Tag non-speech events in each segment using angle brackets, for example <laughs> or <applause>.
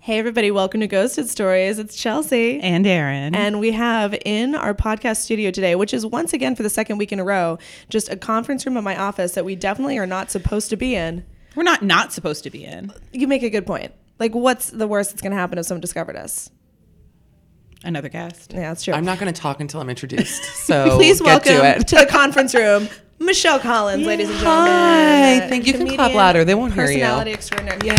Hey, everybody, welcome to Ghosted Stories. It's Chelsea. and Aaron. And we have in our podcast studio today, which is once again for the second week in a row, just a conference room at my office that we definitely are not supposed to be in. we're not not supposed to be in You make a good point. Like, what's the worst that's going to happen if someone discovered us? another guest. Yeah, that's true. <laughs> I'm not going to talk until <laughs> I'm introduced. So Please get welcome to to, it. the conference <laughs> room, Michelle Collins, ladies and gentlemen. Hi, Uh, thank you. You can clap comedian, louder. They won't hear you. Personality extraordinaire. Yay!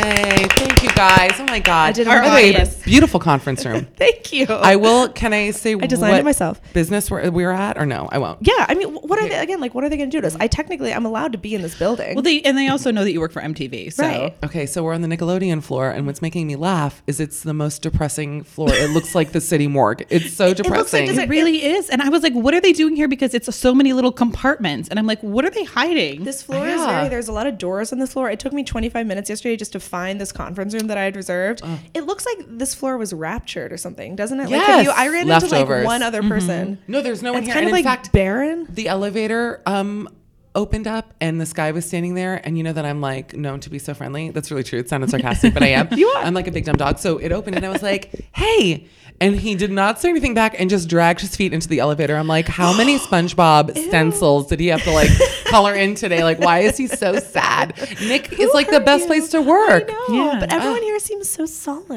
Thank you guys. Oh my God, I did Our my other best. beautiful <laughs> conference room. Thank you. I will. Can I say I designed what it myself. Business we're, we're at, or no? I won't. yeah, I mean, wh- what are they again? Like, what are they going to do to us? I technically, I'm allowed to be in this building. Well, they and they also know that you work for MTV, so Right. Okay, so we're on the Nickelodeon floor, and what's making me laugh is it's the most depressing floor. It looks like the city morgue. It's so looks like depressing. does it really is. And I was like, "What are they doing here?" Because it's so many little compartments, and I'm like, "What are they hiding?" This floor is Yeah. very, there's a lot of doors on this floor. It took me 25 minutes yesterday just to find this conference room that I had reserved. It looks like this floor was raptured or something, doesn't it? Like, have you, Yes. I ran into like Leftovers. Mm-hmm. one other person. no, there's no one It's here. kind and of like in fact, barren. the elevator um opened up and this guy was standing there and you know that I'm like known to be so friendly. That's really true. It sounded sarcastic, but I <laughs> am. you are. I'm like a big dumb dog. So it opened and I was like, "Hey." And he did not say anything back and just dragged his feet into the elevator. I'm like, "How many <gasps> SpongeBob stencils did he have to like color in today? Like why is he so sad?" Nick is like the hurt best you? place to work. I I, know, Yeah. but everyone here seems so solid.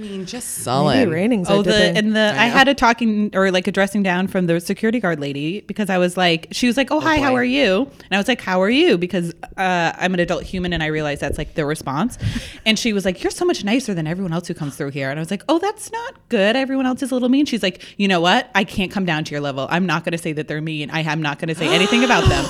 mean, just Maybe sullen. raining's Oh, a good the thing. and the I, I know. had a talking or like a dressing down from the security guard lady because I was like, she was like, "Oh, hi, how boy. are you?" And I was like, "How are you?" Because uh, I'm an adult human and I realize that's like the <laughs> response. and she was like, "You're so much nicer than everyone else who comes through here." And I was like, "Oh, that's not good. Everyone else is a little mean." She's like, "You know what? I can't come down to your level. I'm not going to say that they're mean. I am not going to say anything about <gasps> them."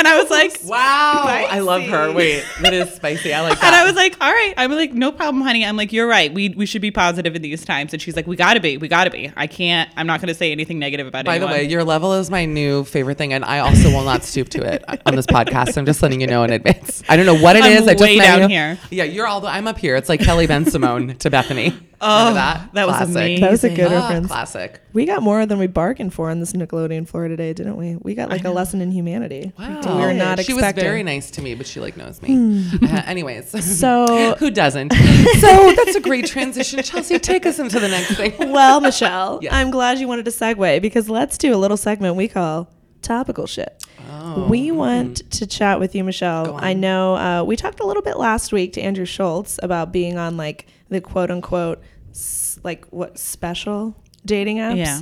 And I was like, Wow. I love her. Spicy. Wait, that is spicy. I like <laughs> that. and I was like, all right. I'm like, no problem, honey. I'm like, you're right. We we should be positive in these times. And she's like, we gotta be. We gotta be. I can't. I'm not gonna say anything negative about it. By the way, your level is my new favorite thing, and I also will not stoop to it on this podcast. I'm just letting you know in advance. I don't know what it I'm is. I just way met down you. here. Yeah, you're all. The, I'm up here. It's like Kelly Ben Simone to Bethany. Oh, that that was amazing. That was a good Ah, reference. Classic. we got more than we bargained for on this Nickelodeon floor today, didn't we? We got like a lesson in humanity. Wow. We were not she was expecting. very nice to me, but she like knows me. Uh, anyways, Hmm. <laughs> So- <laughs> who doesn't? <laughs> So that's a great transition. Chelsea, take us into the next thing. well, Michelle, Yes. I'm glad you wanted to segue because let's do a little segment we call topical shit. Oh, mm-hmm. We want to chat with you, Michelle. I know uh, we talked a little bit last week to Andrew Schultz about being on like the quote unquote s- like what special dating apps. Yeah.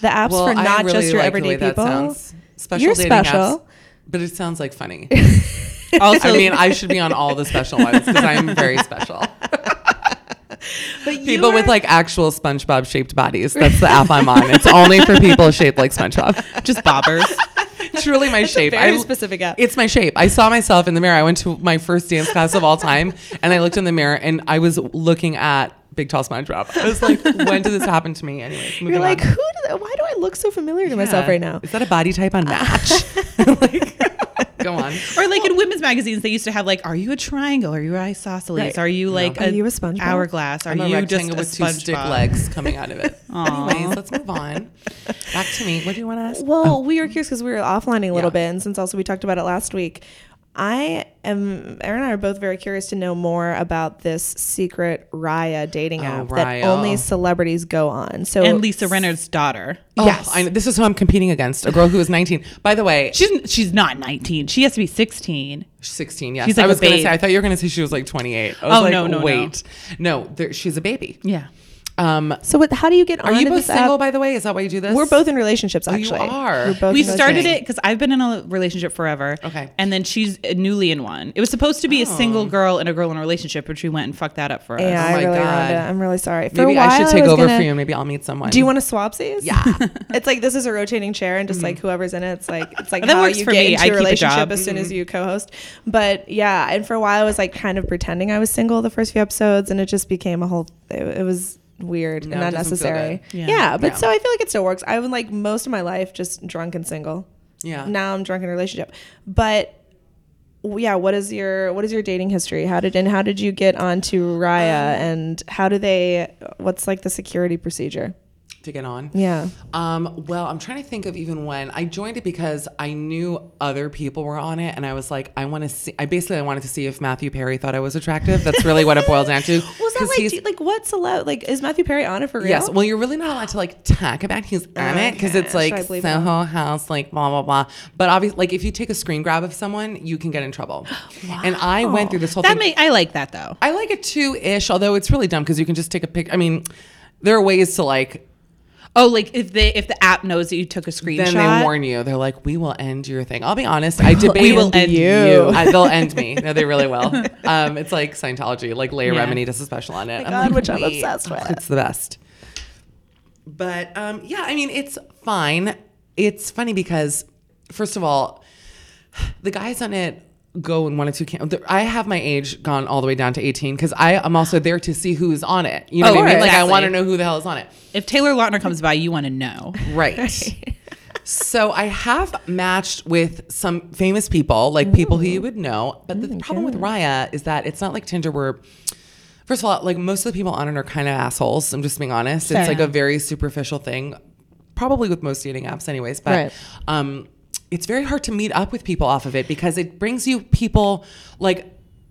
The apps well, for I not really just your like everyday the way people. That sounds. Special You're dating apps, special. but it sounds like funny. <laughs> also, I mean, I should be on all the special ones because I'm very special. But <laughs> you People with were- like actual SpongeBob <laughs> shaped bodies. That's the app I'm on. It's only for people shaped like SpongeBob. just bobbers. <laughs> Truly my shape. very I- specific app. It's my shape. I saw myself in the mirror. I went to my first dance class of all time and I looked in the mirror and I was looking at Big Tall SpongeBob. I was like, when did this happen to me? Anyways, moving you're like, on. who? Do, why do I look so familiar to myself Yeah. right now? Is that a body type <laughs> on Match? like, go <laughs> on. or like in women's magazines, they used to have like, are you a triangle? Are you an isosceles? Right. Are you like Are a, you a SpongeBob? hourglass? Are I'm a you just rectangle a with two stick SpongeBob? legs coming out of it. <laughs> Anyways, let's move on. Back to me. What do you want to ask? Well, <laughs> we were curious because we were offlining a little Yeah. bit, and since also we talked about it last week, I am Erin and I are both very curious to know more about this secret Raya dating app that Oh, Raya. only celebrities go on. So And Lisa Renner's daughter. Oh, Yes. I know. this is who I'm competing against. A girl who is 19. By the way, she's She's she's not 19. She has to be 16. 16. Yes, She's like I a was gonna babe. say. I thought you were gonna say she was like 28. I was Oh, like, no, no, no. wait, no, there, she's a baby. Yeah. Um, so what, how do you get on? are you both this single? app? By the way, is that why you do this? We're both in relationships. you Actually, are. We're both we in those started things. it because I've been in a relationship forever. Okay. Oh. And then she's newly in one. It was supposed to be a single girl and a girl in a relationship, but she went and fucked that up for us. Yeah, I my really ruined it. God. I'm really sorry. For Maybe a while, I should take was over gonna- for you. Maybe I'll meet someone. Do you want to swapsies? Yeah. <laughs> it's like this is a rotating chair, and just like whoever's in it, it's like <laughs> it's like Mm-hmm. That how works you for get me. into I a keep a relationship job. Mm-hmm. as soon as you co-host. But yeah, and for a while I was like kind of pretending I was single the first few episodes, and it just became a whole. It, it was weird No, and it not doesn't feel necessary. good. Yeah. Yeah. but Yeah. so I feel like it still works. I've been like most of my life just drunk and single. Yeah. Now I'm drunk in a relationship, but. w- Yeah, what is your what is your dating history? How did and how did Um, you get onto Raya and how do they? What's like the security procedure? to get on. Yeah. Um, well, I'm trying to think of even when I joined it because I knew other people were on it, and I was like, I want to see. I basically I wanted to see if Matthew Perry thought I was attractive. That's really what it boiled down to. <laughs> Was that 'Cause like he's- do, like what's allowed? Like is Matthew Perry on it for real? Yes. Well, you're really not allowed to like talk about who's on it because it's Oh, Okay, like should I Soho believe that? House, like blah blah blah. But obviously, like if you take a screen grab of someone, you can get <gasps> in trouble. And I went through this whole That thing. may I like that though. I like it too ish, although it's really dumb because you can just take a pic. I mean, there are ways to like. Oh, like if they if the app knows that you took a screenshot, Then they warn you. They're like, "We will end your thing." I'll be honest. <laughs> I debate. will end you. I, they'll <laughs> end me. No, they really will. Um, it's like Scientology. Like Leah Yeah. Remini does a special on it. God, which I'm wait. obsessed with. It's the best. But um, yeah, I mean, it's fine. It's funny because, first of all, the guys on it go in one of two camps. I have my age gone all the way down to 18 because I am also there to see who's on it. You know Oh, what I mean? Like, I exactly. want to know who the hell is on it. if Taylor Lautner comes by, you want to know. Right. so I have matched with some famous people, like people who you would know. But the problem with Raya is that it's not like Tinder where first of all, like most of the people on it are kind of assholes. I'm just being honest. Fair. It's like a very superficial thing, probably with most dating apps anyways, but Right. um it's very hard to meet up with people off of it because it brings you people like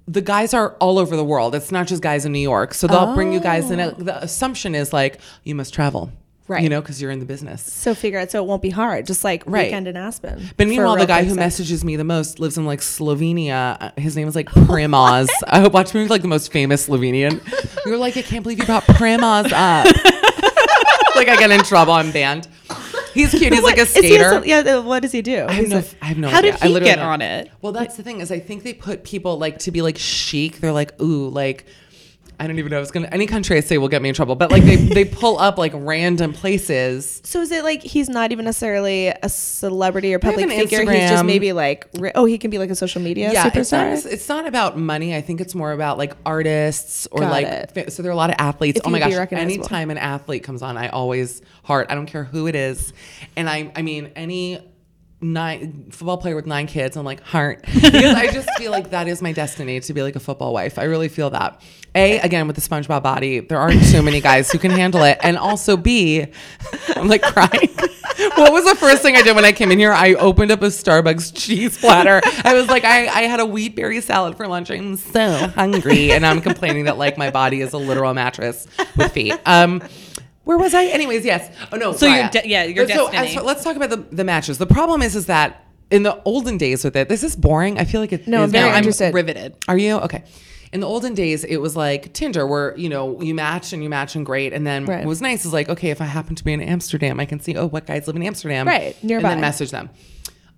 the guys are all over the world. It's not just guys in New York. So they'll bring you guys in. The assumption is like you must travel. Oh. Right. You know, because you're in the business. So figure out so it won't be hard. Just like Right. weekend in Aspen. But for meanwhile, real the guy who sex. messages me the most lives in like Slovenia. Uh, His name <laughs> is like Primoz. I watched him with like the most famous Slovenian. We were like, I can't believe you brought <laughs> Primoz up. like I get in trouble. I'm banned. He's cute. He's like a Is he skater. some- yeah. uh, What does he do? I have He's no, a- f- I have no How idea. did I he literally get don't- on it? Well, that's the thing is I think they put people like to be like chic. They're like, ooh, like I don't even know. It's gonna any country I say will get me in trouble. But like they they pull up like random places. so is it like he's not even necessarily a celebrity or public an figure? He's just Instagram. maybe like ri- oh he can be like a social media it's not, superstar. it's not about money. I think it's more about like artists or Got like it. fa- so there are a lot of athletes. If oh my you'd be gosh! recognizable. Anytime an athlete comes on, I always heart. I don't care who it is, and I I mean any nine football player with nine kids. I'm like <laughs> heart because I just feel like that is my destiny to be like a football wife. I really feel that. A again with the SpongeBob body, there aren't so many guys who can handle it, and also B, I'm like crying. What was the first thing I did when I came in here? I opened up a Starbucks cheese platter. I was like, I, I had a wheat berry salad for lunch. I'm so hungry. And I'm complaining that like my body is a literal mattress with feet. Um, where was I? Anyways, yes. Oh no. So your Raya. de- yeah, your But so as destiny. far- let's talk about the, the matches. The problem is, is that in the olden days with it, this is boring. I feel like it. No, is I'm very now. interested. riveted. Are you okay? In the olden days, it was like Tinder, where you know you match and you match and great, and then Right. what was nice is like, okay, if I happen to be in Amsterdam, I can see, oh, what guys live in Amsterdam, Right, and nearby. then message them.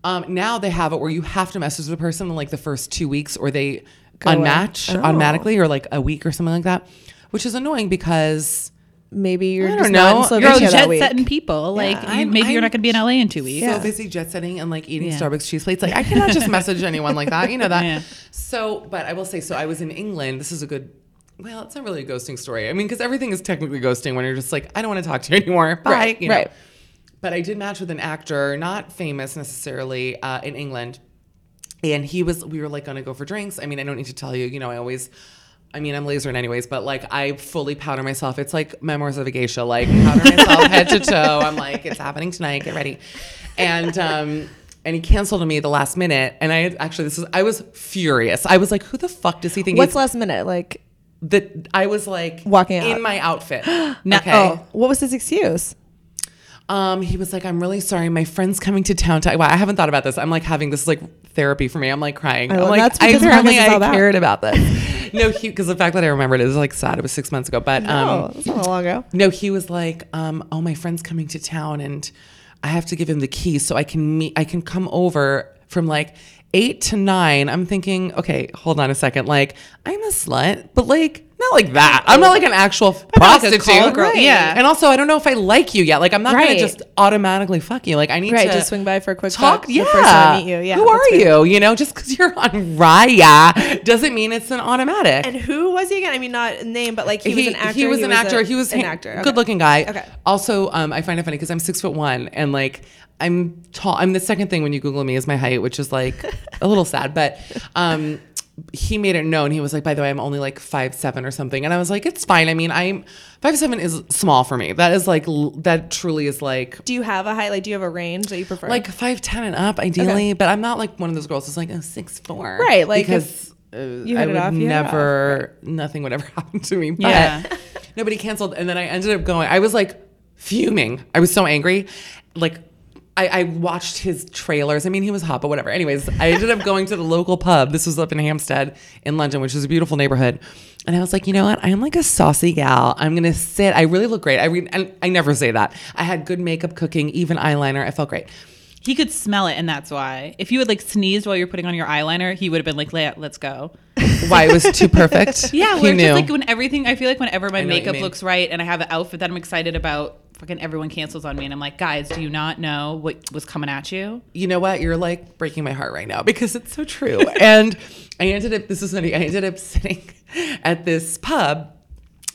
Um, now they have it where you have to message the person in like the first two weeks, or they away. unmatch Oh. automatically, or like a week or something like that, which is annoying because Maybe you're I just don't not know. in You're You're all Slovenia that Oh, jet week. setting people. Like you, I'm- maybe you're I'm not going to be in LA in two weeks. Yeah. so busy jet setting and like eating Yeah. Starbucks cheese plates. Like I cannot <laughs> just message anyone like that. You know that. Yeah. So, but I will say, so I was in England. This is a good. Well, it's not really a ghosting story. I mean, because everything is technically ghosting when you're just like, I don't want to talk to you anymore. Bye. Right, you know. right. But I did match with an actor, not famous necessarily, uh, in England, and he was. We were like going to go for drinks. I mean, I don't need to tell you. You know, I always. I mean, I'm lasering anyways, but like I fully powder myself. It's like memoirs of a geisha, like powder myself head to toe. I'm like, it's happening tonight. Get ready. And um, and he canceled on me at the last minute. And I actually, this is I was furious. I was like, who the fuck does he think? What's he's, last minute? Like that? I was like Walking out. in my <gasps> outfit. No- okay. oh, what was his excuse? Um, he was like, I'm really sorry. My friend's coming to town. To- wow, I haven't thought about this. I'm like having this is like therapy for me. I'm like crying. Oh, I'm well, like, that's I because apparently Marcus is I all that. cared about this. no, he because the fact that I remembered it is like sad. It was six months ago, but oh, um, that's not long ago. no, he was like, um, oh, my friend's coming to town and I have to give him the key so I can meet I can come over from like eight to nine. I'm thinking, okay, hold on a second. Like, I'm a slut, but like not like that. I'm not like an <laughs> actual not like a prostitute. call girl. Right. Yeah. And also I don't know if I like you yet. Like I'm not Right. gonna just automatically fuck you. Like I need Right, to just swing by for a quick talk. talk. yeah. The first time I meet you. Yeah. Who that's are good. you? You know, just because you're on Raya doesn't mean it's an automatic. And who was he again? I mean, not name, but like he, was an actor. He was an actor. a- he was an ha- actor. Okay. Good looking guy. Okay. Also, um, I find it funny because I'm six foot one and like I'm tall. I'm the second thing when you Google me is my height, which is like a little sad, but um, he made it known. He was like, by the way, I'm only like five seven or something. And I was like, it's fine. I mean, I'm five seven is small for me. That is like l- that truly is like Do you have a height? Like, do you have a range that you prefer? like five ten and up ideally. But I'm not like one of those girls that's like oh, six four. Right, like, because uh, you I hit it would off, you hit it off, never nothing would ever <laughs> happen to me. But Yeah. nobody canceled, and then I ended up going. I was like fuming. I was so angry, like. I, I watched his trailers. I mean, he was hot, but whatever. Anyways, I ended up going to the local pub. This was up in Hampstead in London, which is a beautiful neighborhood. And I was like, you know what? I'm like a saucy gal. I'm gonna sit. I really look great. I read. And I never say that. I had good makeup, cooking, even eyeliner. I felt great. He could smell it, and that's why. If you had like sneezed while you're putting on your eyeliner, he would have been like, "Let- "Let's go." why it was too <laughs> perfect. Yeah, he we're knew. just like when everything. I feel like whenever my know what you makeup mean. looks right and I have an outfit that I'm excited about, fucking everyone cancels on me, and I'm like, guys, do you not know what was coming at you? you know what? You're like breaking my heart right now because it's so true. <laughs> and I ended up. This is funny. I ended up sitting at this pub.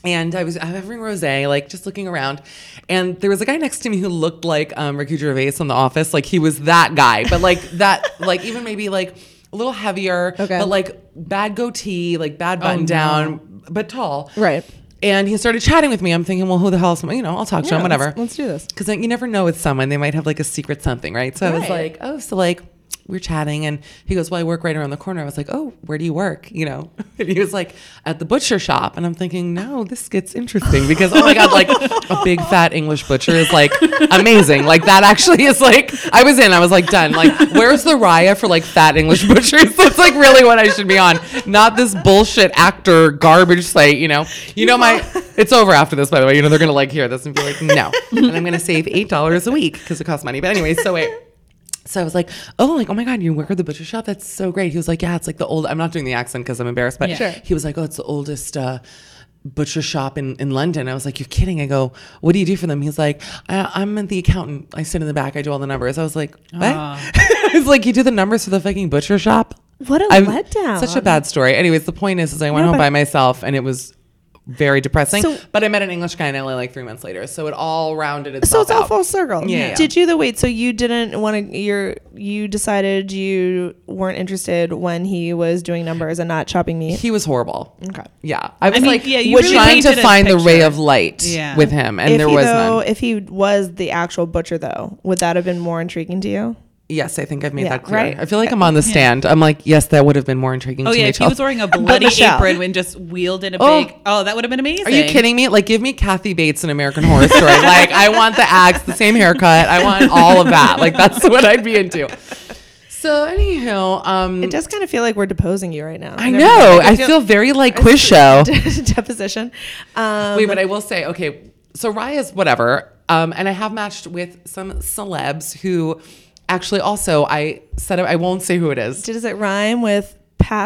And I was I was having rosé, like just looking around, and there was a guy next to me who looked like um, Ricky Gervais on The Office, like he was that guy, but like that, <laughs> like even maybe like a little heavier, Okay. Oh, but like bad goatee, like bad button down, but tall, Right. And he started chatting with me. I'm thinking, well, who the hell is someone? You know, I'll talk to him, whatever. Let's, do this. because you never know with someone they might have like a secret something right so i was Right. like oh so like we're chatting and he goes well i work right around the corner i was like oh where do you work you know <laughs> and he was like at the butcher shop and i'm thinking no this gets interesting because oh my god like a big fat english butcher is like amazing like that actually is like i was in i was like done like where's the raya for like fat english <laughs> butchers that's like really what i should be on not this bullshit actor garbage site you know you know my it's over after this, by the way. You know, they're going to like hear this and be like, no. and I'm going to save $8 a week because it costs money. But anyway, so wait. So I was like, oh, like, oh my God, you work at the butcher shop? That's so great. He was like, yeah, it's like the old, I'm not doing the accent because I'm embarrassed, but Yeah. Sure. he was like, oh, it's the oldest uh, butcher shop in, in London. I was like, you're kidding. I go, what do you do for them? He's like, I, I'm the accountant. I sit in the back. I do all the numbers. I was like, what? Ah. <laughs> it's like, you do the numbers for the fucking butcher shop? What a I'm- letdown. Such a bad story. Anyways, the point is, is I went No, home but- by myself and it was very depressing. So- but I met an English guy in LA like three months later, so it all rounded So itself. it's all out. full circle. Yeah, yeah. Did you the wait? So you didn't want to. You're you decided you weren't interested when he was doing numbers and not chopping meat. He was horrible. Okay. Yeah, I was mean, like yeah, you was really trying to painted a find the ray picture. of light Yeah. with him, and if there he was though, none. If he was the actual butcher, though, would that have been more intriguing to you? Yes, I think I've made Yeah, that clear. right. I feel like I'm on the stand. I'm like, yes, that would have been more intriguing. Uh, Oh to yeah, me, if he Chelsea. was <laughs> wearing a bloody Michelle. apron and just wheeled in a Oh. big, oh, that would have been amazing. Are you kidding me? Like, give me Kathy Bates in American Horror Story. like, I want the axe, the same haircut. I want all of that. Like, that's <laughs> what I'd be into. So, anyhow, um, It does kind of feel like we're deposing you right now. I know. I feel very like quiz show. <laughs> deposition. Um, Wait, but I will say, okay, so Raya's whatever. Um, and I have matched with some celebs who actually also I said I won't say who it is. does it rhyme with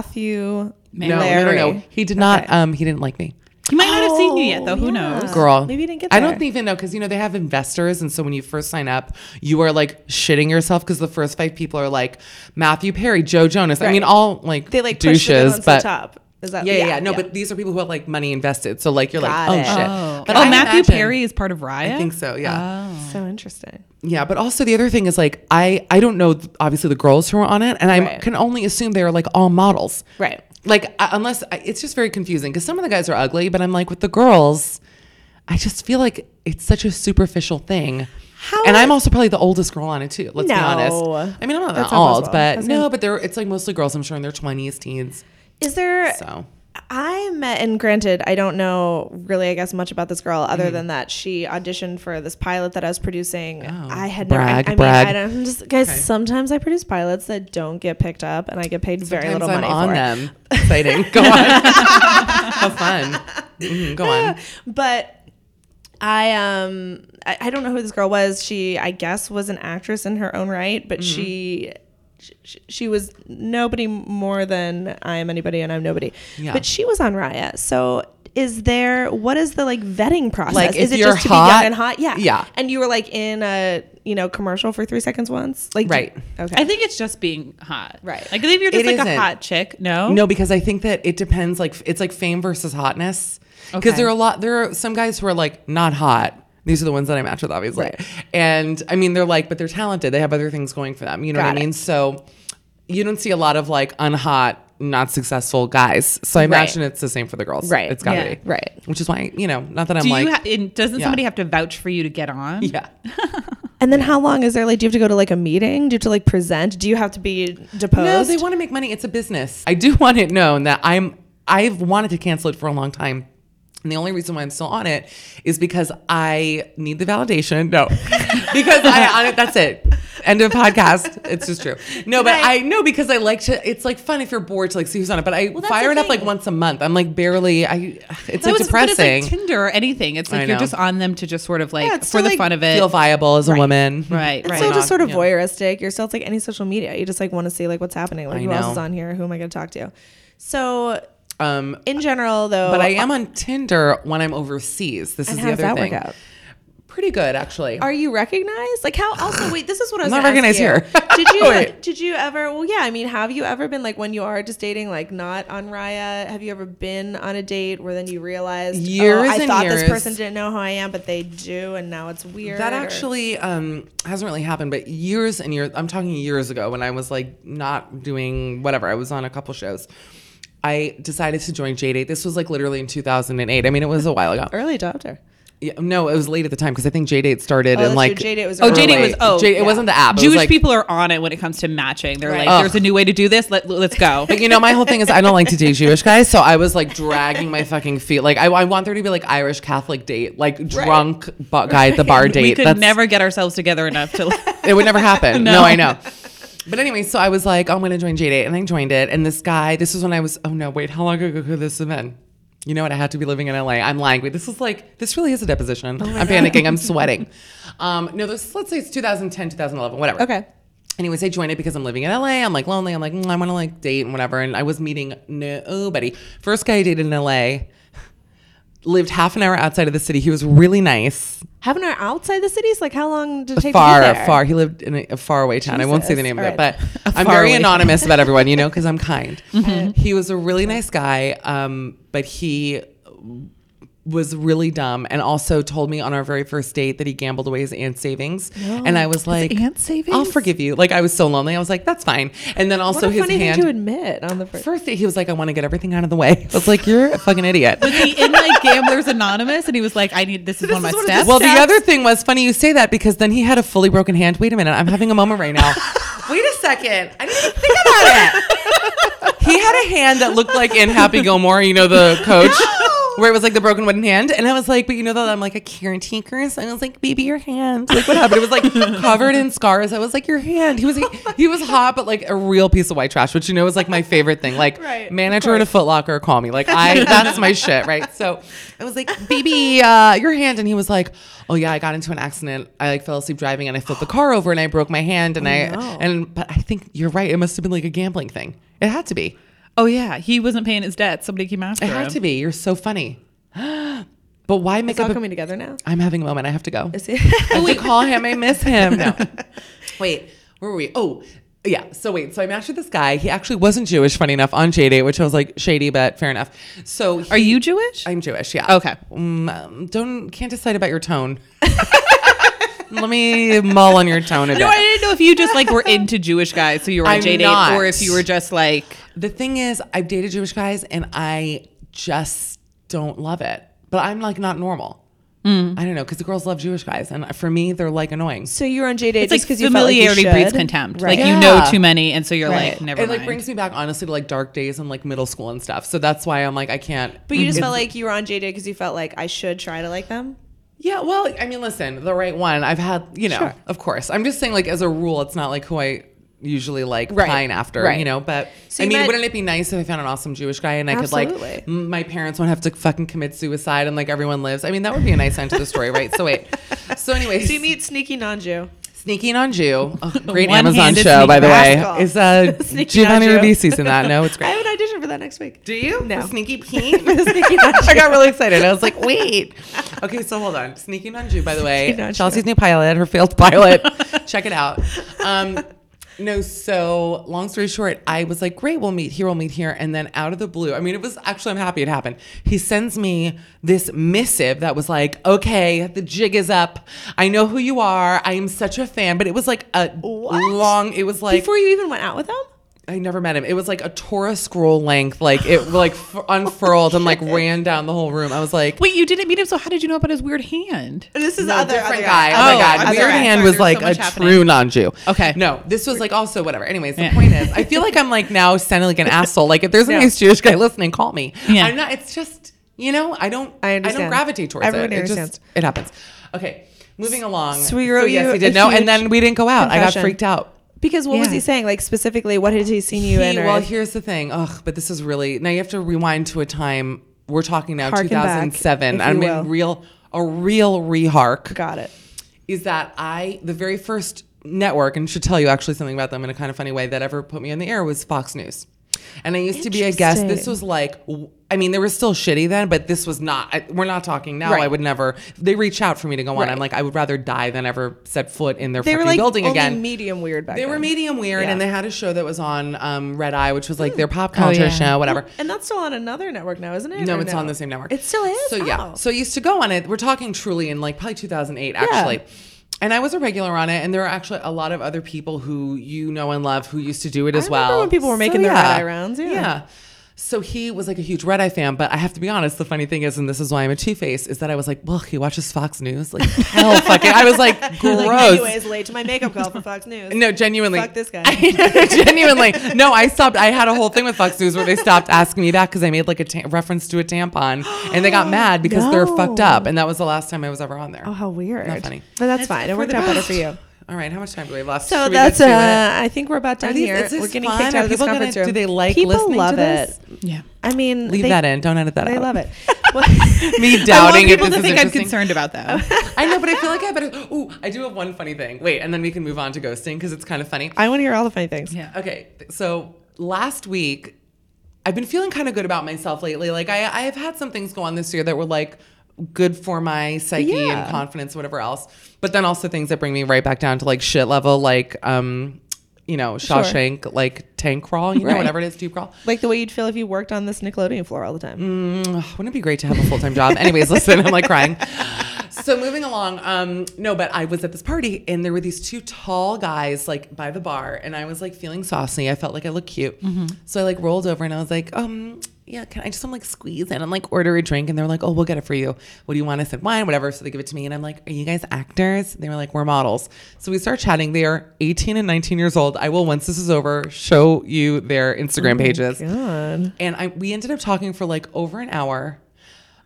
Pathu? no, no, no, no. He did not um he didn't like me. He might not have seen you yet, though. Oh, Who yeah. knows? Girl. Maybe you didn't get I don't there. even know because you know they have investors and so when you first sign up, you are like shitting yourself because the first five people are like Matthew Perry, Joe Jonas. I Right. mean all like They like push the douches, ones to but the top. Is that Yeah, yeah, yeah. No, but these are people who have like money invested. So like you're Got like, oh it. shit. Oh, But oh I Matthew imagine- Perry is part of Raya. I think so, yeah. Oh. so interesting. Yeah, but also the other thing is like I I don't know obviously the girls who are on it, and I Right. can only assume they are like all models, Right. Like I, unless I, it's just very confusing because some of the guys are ugly, but I'm like with the girls, I just feel like it's such a superficial thing. How- and I'm also probably the oldest girl on it too. Let's be No. honest. I mean, I'm not That's that not old, possible. but That's no, but they're it's like mostly girls. I'm sure in their 20s, teens. Is there? So I met, and granted, I don't know really, I guess, much about this girl other Mm-hmm. than that she auditioned for this pilot that I was producing. I had never, I- Oh, Brag, I, mean, brag. I don't, I'm just, guys, sometimes I produce pilots that don't get picked up and I get paid very Sometimes little I'm money on for it. them. Exciting. Go on. <laughs> How fun. Mhm, go on. But I um I, I don't know who this girl was. She I guess was an actress in her own right, but Mm-hmm. she she, she was nobody more than I am anybody and I'm nobody. Yeah. But she was on Raya. So is there what is the like vetting process? Like, is if you're hot- young and hot? Yeah. Yeah. And you were like in a you know commercial for three seconds once? Like did- Right. okay. I think it's just being hot. Right. Like if you're just It like isn't. a hot chick, no? No, because I think that it depends. Like it's like fame versus hotness. Because Okay. there are a lot. There are some guys who are like not hot. These are the ones that I match with, obviously. Right. And I mean, they're like, but they're talented. They have other things going for them. You know Got what I it. mean? So you don't see a lot of like unhot not successful guys. So I imagine it's the same for the girls. Right. It's gotta Yeah. be. Right. Which is why, you know, not that I'm Do like you ha- and doesn't Yeah. somebody have to vouch for you to get on? <laughs> Yeah. And then how long is there? Like, do you have to go to like a meeting? Do you have to like present? Do you have to be deposed? No, they want to make money. It's a business. I do want it known that I'm I've wanted to cancel it for a long time. And the only reason why I'm still on it is because I need the validation. No. <laughs> because I on it that's it. End of podcast. It's just true. No, but I no because I like to it's like fun if you're bored to like see who's on it. But I that's fire the it up like thing. once a month. I'm like barely I it's So like it's, but it's depressing. like Tinder or anything. It's I like you're know. just on them to just sort of like Yeah, it's for to, the like, fun of it. Feel viable as a woman. Right, It's right. so Right. just sort of Yeah. voyeuristic. You're still it's like any social media. You just like want to see like what's happening. Like I who know. else is on here? Who am I going to talk to? So Um in general, though, but I am on Tinder when I'm overseas. This Oh, uh And is how the does other that thing. work out? Pretty good actually. Are you recognized? Like how? Also, wait. This is what I was I'm not gonna ask recognized you. <laughs> here. Did you? <laughs> Wait. Did you ever? Well, yeah. I mean, have you ever been like when you are just dating, like not on Raya? Have you ever been on a date where then you realized, oh, Years I and thought years. this person didn't know who I am, but they do, and now it's weird. That or- actually um, hasn't really happened, but years and years. I'm talking years ago when I was like not doing whatever. I was on a couple shows. I decided to join J Date. This was like literally in 2008. I mean, it was a while ago. early adopter. Yeah, no, it was late at the time because I think J Date started Oh, in that's like true. J-Date was Oh, Or JD was wait, oh, J- yeah. it wasn't the app. it was, Jewish like- people are on it when it comes to matching. They're Right. like, there's a new way to do this. Let, let's <laughs> go. But you know, my whole thing is I don't like <laughs> to date Jewish guys, so I was like dragging my fucking feet. Like I, I want there to be like Irish Catholic date, like drunk bu- guy at the bar date. we could That's- never get ourselves together enough to. it would never happen. no. No. I know. But anyway, so I was like, "Oh, I'm going to join J-Date. And I joined it. And this guy, this was when I was, oh no, wait, how long ago could this have been? You know what? I had to be living in LA. I'm lying. Wait, this is like, this really is a deposition. I'm panicking. I'm sweating. Um, no, this, let's say it's 2010, 2011, whatever. Okay. Anyways, I joined it because I'm living in LA. I'm like lonely. I'm like, mm, I want to like date and whatever. And I was meeting nobody. First guy I dated in LA lived half an hour outside of the city. He was really nice Have an hour outside the cities? Like how long did it take far, to get there? far. He lived in a, a faraway town. I won't say Jesus. the name of All it, right. <laughs> but I'm very faraway anonymous about everyone, you know, because I'm kind. Mm-hmm. He was a really nice guy, um, but he was really dumb and also told me on our very first date that he gambled away his aunt's savings. <laughs> And I was like, aunt savings? I'll forgive you. Like, I was so lonely. I was like, that's fine. And then What also a his funny hand. thing to admit on the first. First date, he was like, I want to get everything out of the way. <laughs> I was like, you're a fucking idiot. <laughs> he in like Gamblers Anonymous, and he was like, I need this is one of is my one of the steps. Well, Stats. the other thing was funny you say that because then he had a fully broken hand. Wait a minute, I'm having a moment <laughs> right now. Wait a second, I didn't even think about it. he had a hand that looked like in Happy Gilmore, you know, the coach. Where it was like the broken wooden hand, and I was like, "But you know that I'm like a caretaker," so I was like, "Baby, your hand, like what happened?" It was <laughs> like covered in scars. I was like, "Your hand." He was he was hot, but like a real piece of white trash, which you know is like my favorite thing. <laughs> Like Right, of manager at a Foot Locker, call me. <laughs> Like I, that's my shit, right? So I was like, "Baby, uh, your hand," and he was like, "Oh yeah, I got into an accident. I like fell asleep driving, and I flipped the car over, and I broke my hand, and I Oh, no. and but I think you're right. It must have been like a gambling thing. It had to be. oh yeah, he wasn't paying his debt. Somebody came after It him. had to be. You're so funny. but why make It's all up? A, coming together now. <laughs> I'm having a moment. I have to go. Is <laughs> he- I have to call him. I miss him. No. Wait, where were we? Oh, yeah. So wait. So I matched with this guy. He actually wasn't Jewish, funny enough, on J Date, which I was like shady, but fair enough. So he- Are you Jewish? <laughs> I'm Jewish. Yeah. Okay. Mm, um, don't can't decide about your tone. <laughs> Let me mull on your tone a bit. no, I didn't know if you just like were into Jewish guys, so you were on I'm J date, not. or if you were just like the thing is, I've dated Jewish guys, and I just don't love it. But I'm like not normal. Mm. I don't know because the girls love Jewish guys, and for me, they're like annoying. So you were on J date it's like just because you felt like you familiarity breeds should? contempt. Right. Like you Yeah. know too many, and so you're Right. like never it mind. like brings me back honestly to like dark days and like middle school and stuff. So that's why I'm like I can't. But you just felt like you were on J date because you felt like I should try to like them. Yeah, well, I mean, listen, the right one. I've had, you know, Sure. of course. I'm just saying, like as a rule, it's not like who I usually like Right, pine after, right. you know. But So I you mean, met- wouldn't it be nice if I found an awesome Jewish guy and I could like Absolutely. m- my parents won't have to fucking commit suicide and like everyone lives. I mean, that would be a nice end to the story, right? So wait. So anyways, So you meet sneaky non-Jew. sneaking <laughs> on Jew, Oh, great One-handed Amazon show by the way. rascal. Is uh, <laughs> Sneaking on Giovanni Jew. Ribisi's in that? No, it's I great. have an audition for that next week. Do you? <laughs> No. For Sneaky <laughs> Pete? Sneaky Nanju. I got really excited. I was like, wait. <laughs> Okay, so hold on. Sneaky Nanju, by the way. Sneaky Nanju. Chelsea's new pilot, her failed pilot. <laughs> Check it out. Um, no, so long story short, I was like, great, we'll meet here, we'll meet here. And then out of the blue, I mean, it was actually, I'm happy it happened. He sends me this missive that was like, okay, the jig is up. I know who you are. I am such a fan. But it was like a What? long, it was like, Before you even went out with them? I never met him. It was like a Torah scroll length, like it like f- unfurled and <laughs> like ran down the whole room. I was like, Wait, you didn't meet him, so how did you know about his weird hand? This is no, other, different other guy. guy. Oh, Oh, my god, other Weird guy. Hand Sorry, was there's like so much a happening. true non-Jew. Okay. no, this was like also whatever. Anyways, the Yeah. point <laughs> is, I feel like I'm like now sounding like an asshole. Like if there's a nice Jewish guy listening, call me. Yeah. I'm not. It's just you know, I don't. I I, don't understand. gravitate towards Everyone it. It just- understands. it happens. Okay, moving along. so we wrote yes, you he did a know, huge and then we didn't go out. I got confession. freaked out. Because what was Yeah. he saying? Like specifically, what had he seen you He- in? Or well, here's the thing. Ugh, but this is really now you have to rewind to a time we're talking now Harken back, 2007. if I'm you will. in real a real rehark got it. is that I the very first network and should tell you actually something about them in a kind of funny way that ever put me on the air was Fox News. And I used to be a guest. This Interesting. was like, w- I mean, they were still shitty then, but this was not. I, we're not talking now. I Right. would never. They reach out for me to go on. I'm Right. like, I would rather die than ever set foot in their They were fucking like building only again. medium weird back they were then. medium weird, Yeah. Mm. Oh, and they had a show that was on um, Red Eye, which was like their pop culture yeah. show, whatever. And that's still on another network now, isn't it? No, Or it's on the same network. It still is. So yeah. Oh. So I used to go on it. We're talking truly in like probably 2008 actually. And I was a regular on it, and there are actually a lot of other people who you know and love who used to do it as remember well. when people were making their red eye rounds, yeah. So he was like a huge Red Eye fan, but I have to be honest. The funny thing is, and this is why I'm a two face, is that I was like, "Well, he watches Fox News." Like hell, fucking. I was like, gross. <laughs> <laughs> Like, anyways, late to my makeup call for Fox News. <laughs> No, genuinely. Fuck this guy. <laughs> I- genuinely. No, I stopped. I had a whole thing with Fox News where they stopped asking me that because I made like a ta- reference to a tampon <gasps> and they got mad because they're fucked No. up. And that was the last time I was ever on there. Oh, how weird. Not funny. But that's fine. It worked out better for you. All right. How much time do we have left? So Should we get that's to uh, I think we're about Are done these- here. is this We're getting fun? kicked Are out of this people gonna- conference room. do they like people listening to love this? it. Yeah. I mean, Leave they, that in. Don't edit that They out. love it. <laughs> it. <laughs> Me I want doubting if people this to is think I'm interesting. concerned about <laughs> that. I know, but I feel like I better. Ooh, I do have one funny thing. Wait, and then we can move on to ghosting because it's kind of funny. I want to hear all the funny things. yeah. Okay, so last week, I've been feeling kind of good about myself lately. Like I, I have had some things go on this year that were like good for my psyche Yeah. and confidence, whatever else. But then also things that bring me right back down to like shit level, like um, you know, Sure. Shawshank, like tank crawl, you know, Right. whatever it is, deep crawl. Like the way you'd feel if you worked on this Nickelodeon floor all the time. Mm. Ugh, wouldn't it be great to have a full time job? Anyways, listen, I'm like crying. So moving along, um, no, but I was at this party and there were these two tall guys like by the bar, and I was like feeling saucy. I felt like I looked cute, so I like rolled over and I was like, um, yeah, can I just um, like squeeze in and like order a drink? And they're like, oh, we'll get it for you. What do you want? I said wine, whatever. So they give it to me, and I'm like, are you guys actors? And they were like, we're models. So we start chatting. They are 18 and 19 years old. I will once this is over show you their Instagram pages. Oh God. And I we ended up talking for like over an hour.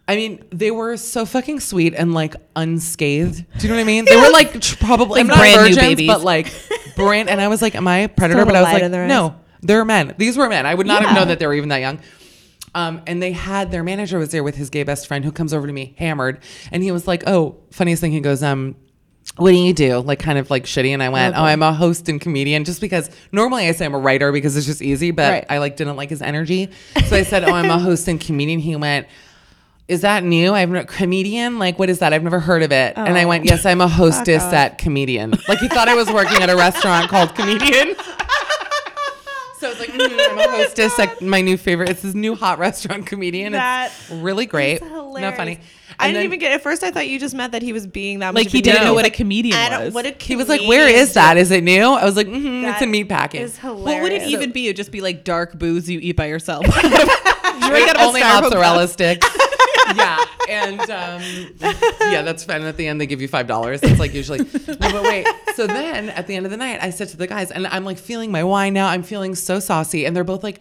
I mean, they were so fucking sweet and like unscathed. Do you know what I mean? They were like tr- probably Like not brand new virgins, babies. but like brand. And I was like, "Am I a predator?" Still But the I was light like, in their eyes. "No, they're men. These were men. I would not have Yeah. known that they were even that young." Um, and they had their manager was there with his gay best friend who comes over to me hammered, and he was like, "Oh, funniest thing." He goes, "Um." What do you do? Like, kind of like shitty. And I went, Oh, I'm a host and comedian just because normally I say I'm a writer because it's just easy, but Right. I like didn't like <laughs> his energy. So I said, Oh, I'm a host and comedian. He went, is that new? I've no comedian. Like, what is that? I've never heard of it. And I went, Oh. yes, I'm a hostess at comedian. Like, he thought I was working at a restaurant called <laughs> comedian. So I <laughs> was like, "Mm, "Oh I'm a hostess at my new favorite. It's this new hot restaurant comedian. That it's really great. It's Not hilarious. funny. I didn't And then even get. At first, I thought you just meant that he was being that. Like much he of a dick. didn't know No. what a comedian I don't. was. What a He was like, where is that? Is it new? I was like, mm-hmm, it's a That meat packet. is hilarious. what would it So- even be? It'd just be like dark booze you eat by yourself. <laughs> Drink out of a only styrofoam mozzarella sticks. yeah, and um, yeah, that's fun. At the end, they give you five dollars. That's like usually. No, but wait. So then, at the end of the night, I said to the guys, and I'm like feeling my wine now. I'm feeling so saucy, and they're both like.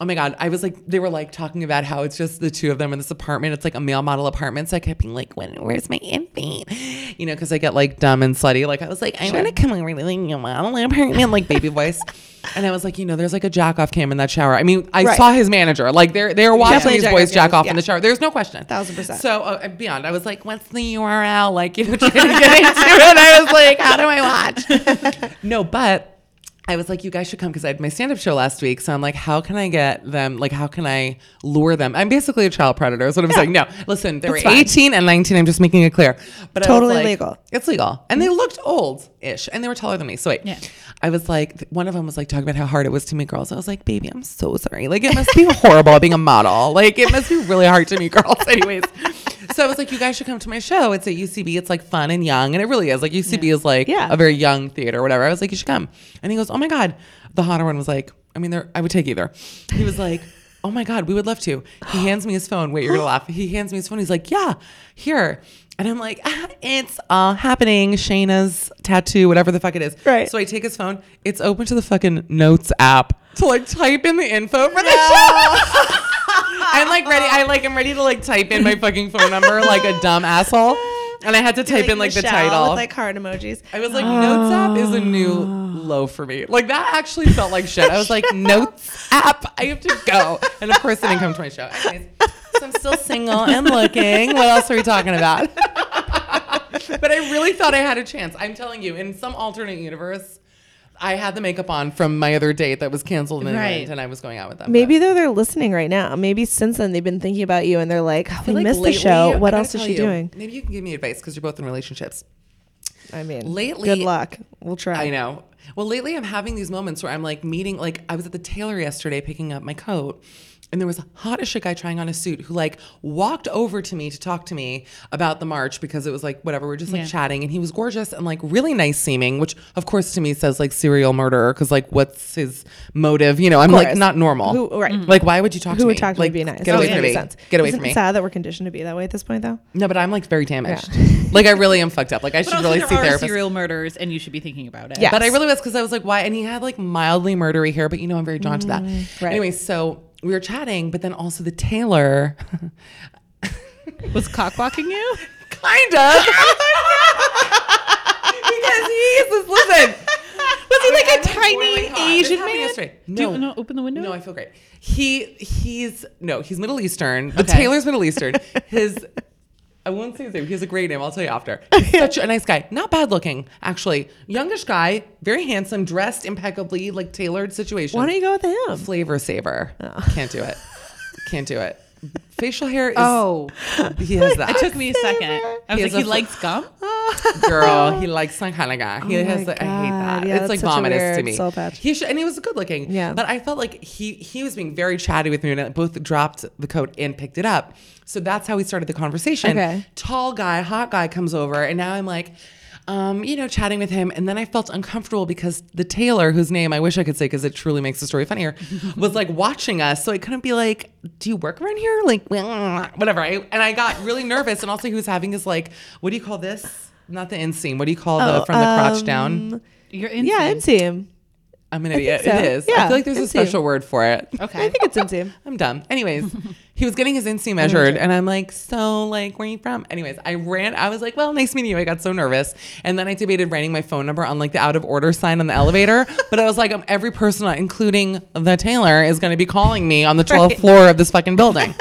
Oh my God. I was like, they were like talking about how it's just the two of them in this apartment. It's like a male model apartment. So I kept being like, when, where's my infant? You know, because I get like dumb and slutty. Like, I was like, I want to come over to the male model apartment, like baby voice. and I was like, you know, there's like a jack off cam in that shower. I mean, I Right. saw his manager. Like, they're, they're watching Definitely these jack boys off jack cams, off in yeah. the shower. There's no question. Thousand percent. So uh, and beyond, I was like, what's the URL? Like, <laughs> you know, trying to get into it. I was like, how do I <laughs> watch? no, but I was like, you guys should come because I had my stand up show last week. So I'm like, how can I get them? Like, how can I lure them? I'm basically a child predator, is what I'm saying. No, listen, they were fine. 18 and 19. I'm just making it clear. But I was Totally like, legal. It's legal. And they Mm-hmm. looked old ish and they were taller than me. So wait. Yeah. I was like, th- one of them was like talking about how hard it was to meet girls. I was like, baby, I'm so sorry. Like, it <laughs> must be horrible being a model. Like, it must be really hard to meet girls, <laughs> anyways. So I was like, you guys should come to my show. It's at UCB. It's like fun and young. And it really is. Like, UCB is like Yeah. a very young theater, or whatever. I was like, you should come. And he goes, oh my God. The hotter one was like, I mean, there I would take either. He was like, Oh my God, we would love to. He hands me his phone. Wait, you're gonna laugh. He hands me his phone. He's like, Yeah, here. And I'm like, "Ah, it's uh, happening. Shayna's tattoo, whatever the fuck it is. Right. So I take his phone. It's open to the fucking notes app to like type in the info for the show. <laughs> I'm like ready. I like am ready to like type in my fucking phone number like a dumb asshole. And I had to type in like the Michelle title. with like heart emojis. I was like, Notes app is a new Ah. low for me. Like that actually felt like shit. I <laughs> was like, Notes app, I have to go. And of course, it didn't come to my show. Anyways, so I'm still single and looking. What else are we talking about? <laughs> but I really thought I had a chance. I'm telling you, in some alternate universe, I had the makeup on from my other date that was canceled in Right. England, and I was going out with them. Maybe though they're listening right now. Maybe since then they've been thinking about you and they're like, oh, But I we feel like missed the lately- show. I What gotta else is tell she you, doing? Maybe you can give me advice because you're both in relationships. I mean, Lately- good luck. We'll try. I know. Well, lately I'm having these moments where I'm like meeting, like I was at the tailor yesterday picking up my coat. And there was a hot as shit guy trying on a suit who like walked over to me to talk to me about the march because it was like whatever we're just like Yeah. chatting and he was gorgeous and like really nice seeming which of course to me says like serial murderer because like what's his motive you know I'm like course. not normal Mm-hmm. Who- right. Mhm. like why would you talk to Who me would talk to like me be nice? get away That from me makes sense. get away Isn't from me it sad that we're conditioned to be that way at this point though? no but I'm like very damaged like I really am fucked up like I But should also, really there see are therapist serial murderers, and you should be thinking about it. Yeah. But I Yes. really was because I was like, why? And he had like mildly murdery hair, but you know, I'm very drawn to that. Mm, right. Anyway, so we were chatting, but then also the tailor, <laughs> was cockwalking you? kind of. <laughs> because he is, listen. Was he like a tiny Asian man? No. Do you, no, open the window. No, I feel great. He he's no, he's Middle Eastern. The Okay. Taylor's Middle Eastern. His I won't say his name. He has a great name. I'll tell you after. He's such a nice guy. Not bad looking, actually. Youngish guy, very handsome, dressed impeccably, like tailored situation. Why don't you go with him? flavor saver? Can't do it. Can't do it. Facial hair is oh, he has that. it took <laughs> me a second. I was like, He has he a- likes gum. Um, <laughs> girl. He likes some kind of guy. He Oh has my like, I hate God. that. Yeah, it's that's like such a vomitous to weird me. soul patch. He should, and he was good looking. Yeah. But I felt like he he was being very chatty with me, and I both dropped the coat and picked it up. So that's how we started the conversation. Okay. Tall guy, hot guy comes over, and now I'm like. Um, you know, chatting with him, and then I felt uncomfortable because the tailor, whose name I wish I could say because it truly makes the <laughs> story funnier, was like watching us. So I couldn't be like, "Do you work around here?" Like, <laughs> whatever. I, and I got really nervous, and also he was having his like, what do you call this? Not the end seam. What do you call the Oh, from the crotch um, down? You're in. Yeah, inseam. I'm an idiot. so. It is. I Yeah, feel like there's a end seam. special word for it. I Okay. think it's inseam. <laughs> I'm dumb. Anyways, he was getting his inseam measured, and I'm like, so like, where you from? Anyways, I ran. I was like, well, nice meeting you. I got so nervous, and then I debated writing my phone number on like the out of order sign on the elevator. but I was like, um, every person, including the tailor, is going to be calling me on the 12th floor of this fucking building.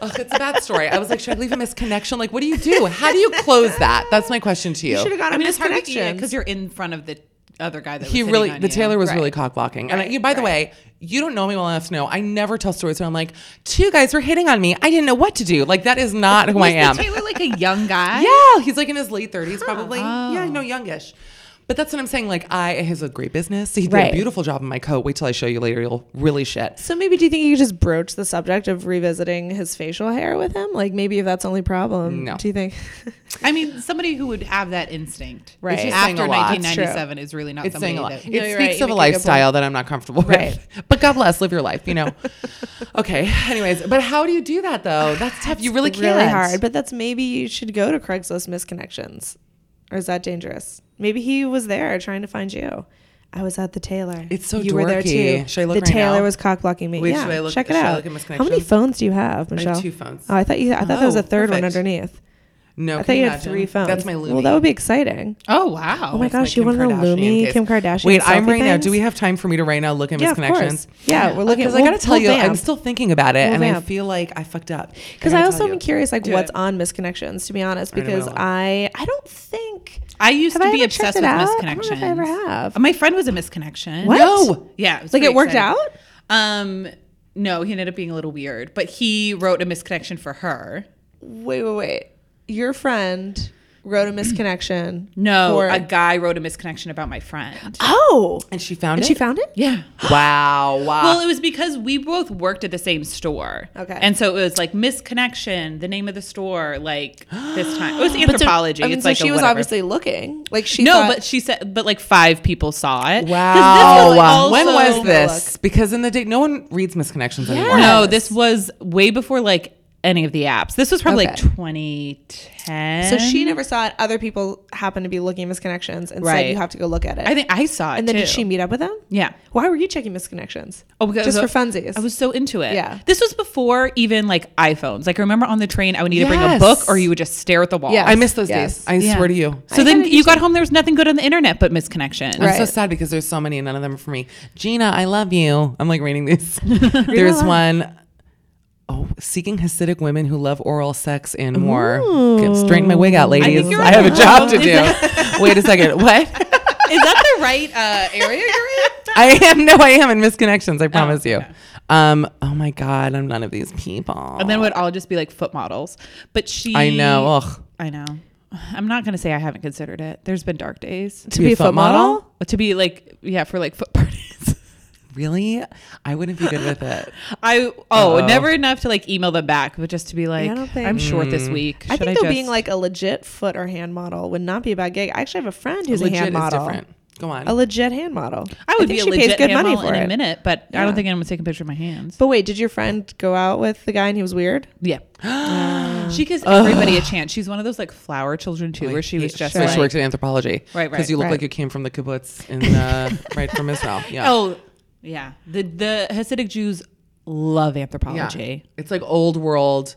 Ugh, it's a bad story. I was like, should I leave a misconnection? Like, what do you do? How do you close that? That's my question to you. Should have gone I on mean, it's hard to eat misconnection. because you're in front of the other guy that was he hitting really on the you. Taylor was Right. really cock blocking. And I, you, by the way, you don't know me well enough to know. I never tell stories where I'm like, two guys were hitting on me. I didn't know what to do. Like that is not who I am. Was the Taylor like a young guy? Yeah, he's like in his late thirties, probably. Yeah, no, youngish. But that's what I'm saying. Like I, he has a great business. He did Right. a beautiful job in my coat. Wait till I show you later. You'll really shit. So maybe do you think you could just broach the subject of revisiting his facial hair with him? Like maybe if that's the only problem. No. Do you think? I mean, somebody who would have that instinct Right. which It's saying after a lot. It's true. 1997 is really not It's somebody saying a lot. that. It you're right. You speaks of make a a good lifestyle that I'm not comfortable with. Right. <laughs> But God bless, live your life, you know. <laughs> okay. Anyways, but how do you do that though? <sighs> That's tough. you really can't. really hard. But that's maybe you should go to Craigslist misconnections, or is that dangerous? Maybe he was there trying to find you. I was at the tailor. It's so you were there dorky. too. Should I look the right tailor now? was cock blocking me. Wait, yeah, should I look- check it should I out. look at How many misconnections? phones do you have, Michelle? two phones. Oh, I thought you. I thought that was Oh, a third one perfect. underneath. No, I can thought you had imagine? three phones. That's my Lumi. Well, that would be exciting. Oh wow! Oh my That's my gosh, you Kim want a Kardashian Lumi case. Kim Kardashian? Wait, I'm selfie right now. things? Do we have time for me to right now look at Yeah, of course. misconnections? Yeah, we're looking. Because I gotta tell you, I'm still thinking about it, We'll and I vamp. feel like I fucked up. because gotta I tell also you. am curious, like Do what's it. on misconnections. To be honest, I don't because know. I I don't think I used Have to I be ever checked obsessed it with out? misconnections. I don't know if I ever have. My friend was a misconnection. What? No. Yeah. was Like, it pretty worked exciting. out? Um, no, he ended up being a little weird, but he wrote a misconnection for her. Wait, wait, wait. Your friend <clears throat> wrote a misconnection. No, for- a guy wrote a misconnection about my friend. oh, And she found and it. she found it. Yeah. Wow. <laughs> Wow. Well, it was because we both worked at the same store. Okay. And so it was like misconnection, the name of the store, like this time. It was anthropology. I mean, it's so like she a was whatever. obviously looking. Like she. no, thought- but she said, but like five people saw it. 'Cause this Wow. was Wow. when also- was this? Because in the day, no one reads misconnections anymore. No, this was way before like any of the apps. This was probably Okay. like 2010. so she never saw it. Other people happened to be looking at misconnections and said Right. you have to go look at it. I think I saw it. and then did too. she meet up with them? Yeah. Why were you checking misconnections? Oh, because just I- for funsies. I was so into it. Yeah. This was before even like iPhones. Like, remember on the train, I would need to bring a Yes. book or you would just stare at the wall. Yeah. I miss those Yes. days. I Yeah. swear to you. So I then kinda you used got home, there was nothing good on the internet but misconnection. Right. I'm so sad because there's so many and none of them are for me. Gina, I love you. I'm like <laughs> reading these. <laughs> there's one. Oh, seeking Hasidic women who love oral sex and more. Okay, Straighten my wig out, ladies. you're I, have a right. <laughs> job to Is do. Wait a second. What? <laughs> Is that the right uh, area you're I am no, I am in misconnections. Oh, I promise you. Um. Oh my God, I'm none of these people. <laughs> And then it would all just be like foot models. But she. I know. Ugh. I know. I'm not going to say I haven't considered it. There's been dark days. to be a foot model. To be like, yeah, for like foot <laughs> parties. Really? I wouldn't be good with it. I, oh, Uh-oh. never enough to like email them back, but just to be like, I don't think- I'm short this week. I Should think though just- being like a legit foot or hand model would not be a bad gig. I actually have a friend who's a Legit hand is model. different. Go on. A legit hand model. I would be a legit hand model in it. a minute, but I Yeah. don't think anyone's taking a picture of my hands. But wait, did your friend go out with the guy and he was weird? Yeah. <gasps> she gives everybody a chance. She's one of those like flower children too, where she was Yeah, just so like, she worked in anthropology, Right, right. Because you look Right. like you came from the kibbutz <laughs> in uh, right from Israel. Yeah. oh, yeah. The the Hasidic Jews love yeah. anthropology. It's like old world,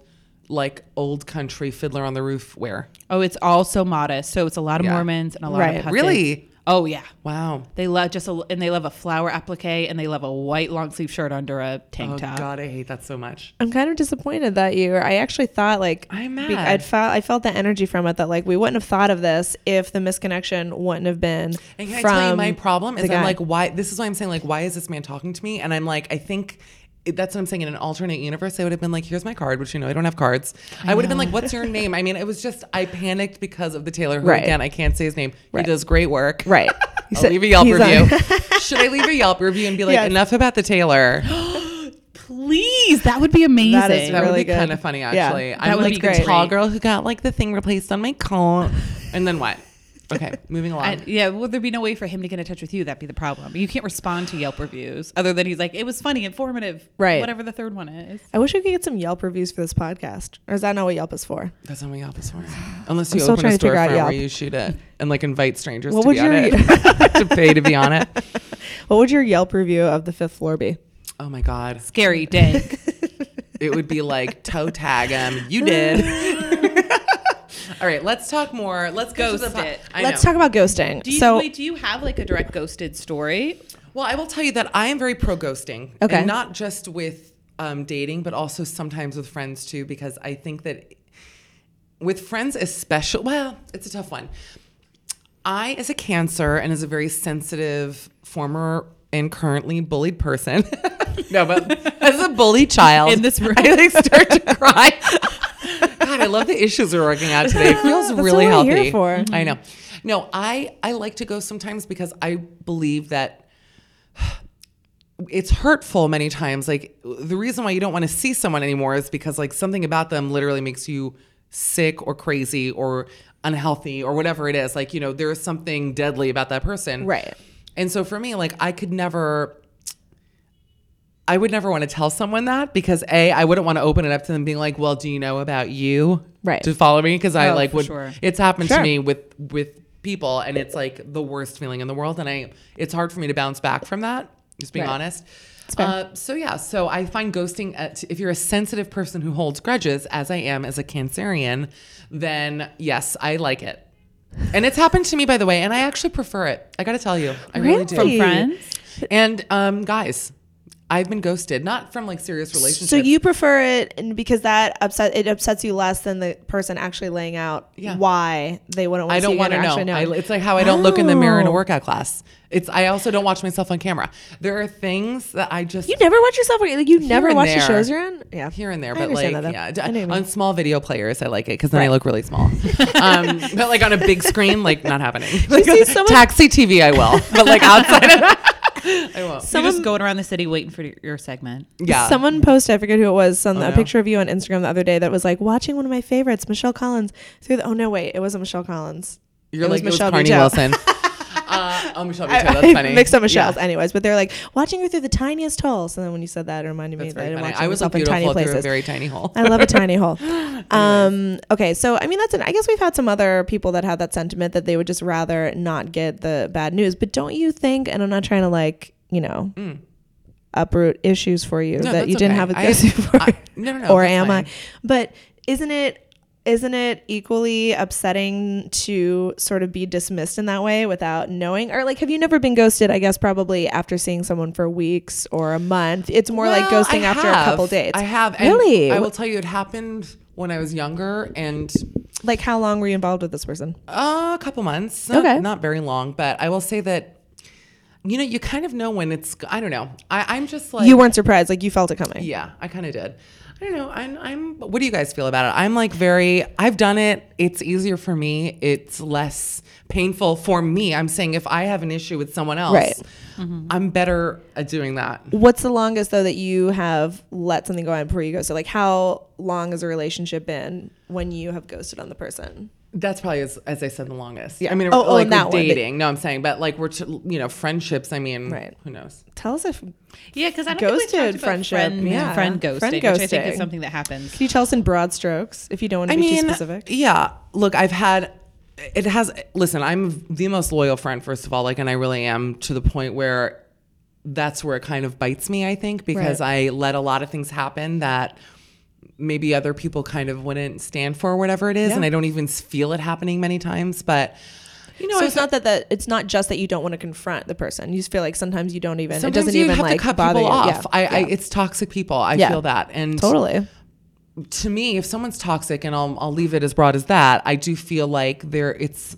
like old country fiddler on the roof wear. Oh, it's all so modest. So it's a lot of Yeah. Mormons and a lot Right. of Hussids. Really? Oh yeah. Wow. They love just a, and they love a flower applique and they love a white long sleeve shirt under a tank Oh top. God, I hate that so much. I'm kind of disappointed that you. I actually thought like I'm mad. I'd felt I felt the energy from it that like we wouldn't have thought of this if the misconnection wouldn't have been. And can from I tell you my problem the is I'm guy. like, why? This is why I'm saying like, why is this man talking to me? And I'm like, I think. it- That's what I'm saying. In an alternate universe, I would have been like, "Here's my card," which you know I don't have cards. I, would have been like, "What's your name?" I mean, it was just I panicked because of the Taylor. Who Right. again, I can't say his name. Right. He does great work. <laughs> <laughs> right. I'll leave a Yelp he's on- review. <laughs> Should I leave a Yelp review and be like, Yes. "Enough about <gasps> the Taylor"? Please, that would be amazing. That is That really- would be good. kind of funny, actually. that I'm would like be the great. tall girl who got like the thing replaced on my coat, and then what? <laughs> Okay, moving along. I- yeah, would there be no way for him to get in touch with you? That'd be the problem. You can't respond to Yelp reviews other than he's like, it was funny, informative, Right. Whatever the third one is. <laughs> I wish we could get some Yelp reviews for this podcast. Or is that not what Yelp is for? That's not what Yelp <sighs> is for. Unless I'm you still open a trying to figure out storefront where Yelp. you shoot it and like invite strangers What to would be on your- it <laughs> to pay to be <laughs> on it. What would your Yelp review of the fifth floor be? Oh my god, Scary <laughs> dank. it would be like toe tag him. <laughs> You did. <laughs> All right, let's talk more. Let's go. to the Ghost po- it. I Let's know. talk about ghosting. Do you, so wait, do you have like a direct ghosted story? Well, I will tell you that I am very pro ghosting. Okay. And not just with um, dating, but also sometimes with friends too, because I think that with friends, especially, well, it's a tough one. I, as a cancer and as a very sensitive former and currently bullied person, <laughs> no, but as a bullied child In <laughs> this room. I like <laughs> start to cry. God, I love the issues we're working out <laughs> today. It feels That's really what we're healthy. here for. I know. No, I I like to go sometimes because I believe that it's hurtful many times. Like the reason why you don't want to see someone anymore is because like something about them literally makes you sick or crazy or unhealthy or whatever it is. Like, you know, there is something deadly about that person. Right. And so for me, like I could never I would never want to tell someone that because A, I wouldn't want to open it up to them being like, Well, do you know about you? Right. To follow me? Because I Oh, like for would sure. it's happened Sure. to me with with people and it's like the worst feeling in the world. And I it's hard for me to bounce back from that, just being Right. honest. fair. Uh, so yeah, so I find ghosting at, if you're a sensitive person who holds grudges, as I am as a cancerian, then yes, I like it. And it's happened to me by the way, and I actually prefer it. I gotta tell you. I really do From friends? and um, guys, I've been ghosted, not from like serious relationships. So you prefer it and because that upset it upsets you less than the person actually laying out Yeah. why they wouldn't want I to see don't you again want or to know. actually I, it's like how I don't look in the mirror in a Oh. workout class. It's I also don't watch myself on camera. There are things that I just You never watch yourself. Like you never and watch the there. shows you're in. Yeah, here and there, I but like understand that, though. yeah, I know what you mean. on small video players, I like it because then I look really small. <laughs> um, but like on a big screen, like not happening. Like, see so much- taxi TV, I will, but like outside <laughs> of that, I won't. You're just going around the city waiting for your segment. Yeah, Oh, Someone posted, I forget who it was, some, a no. picture of you on Instagram the other day that was like watching one of my favorites, Michelle Collins, through the. Oh no, wait, it wasn't Michelle Collins. you're it was like it was Michelle Carney Buteau. <laughs> Wilson. uh, oh, Michelle Buteau, I <laughs> that's funny. mixed up Yeah. Michelle's, anyways. But they're like watching her through the tiniest holes. And then when you said that, it reminded That's me that very I'm funny. watching I was like myself in tiny beautiful through a places. very tiny hole. I love a tiny <laughs> hole. Um, okay, so I mean that's an. I guess we've had some other people that have that sentiment that they would just rather not get the bad news. But don't you think? And I'm not trying to like you know uproot issues for you that Mm. that's you didn't okay. have <laughs> I- a issue for. <laughs> I- no, no, no, or that's am fine. I? But isn't it? Isn't it equally upsetting to sort of be dismissed in that way without knowing? Or like, have you never been ghosted? I guess probably after seeing someone for weeks or a month. It's more like Well, ghosting I after a have. couple dates. I have. and Really? I will tell you, it happened when I was younger and Like, how long were you involved with this person? uh, a couple months. Not, Okay. Not very long, but I will say that, you know, you kind of know when it's, I don't know. I, I'm just like, you weren't surprised, like you felt it coming. yeah, I kind of did. I don't know. I'm, I'm, what do you guys feel about it? I'm like very, I've done it. It's easier for me. It's less painful for me. I'm saying if I have an issue with someone else, Right. I'm better at doing that. What's the longest though that you have let something go on before you go? So like, how long has a relationship been when you have ghosted on the person? That's probably as, as I said the longest. Yeah, I mean, Oh, oh, like that with one, but- dating. no, I'm saying, but like we're t- you know friendships. I mean, Right. Who knows? Tell us if can Yeah, because I don't Ghosted think we talked about friendship, friend, yeah. friend ghosting, Friend which I think ghosting. is something that happens. you tell us in broad strokes if you don't want to I be mean, too specific. yeah. Look, I've had it has. Listen, I'm the most loyal friend. First of all, like, and I really am to the point where that's where it kind of bites me. I think because I let a lot of things happen that maybe other people kind of wouldn't stand for, whatever it is, and I don't even feel it happening many times, but. You know, so I it's not that that it's not just that you don't want to confront the person. You just feel like sometimes you don't even. sometimes it doesn't you even have like to cut bother people you. off. Yeah. I, I, Yeah. it's toxic people. I Yeah. feel that, and totally. to me, if someone's toxic, and I'll, I'll leave it as broad as that, I do feel like there it's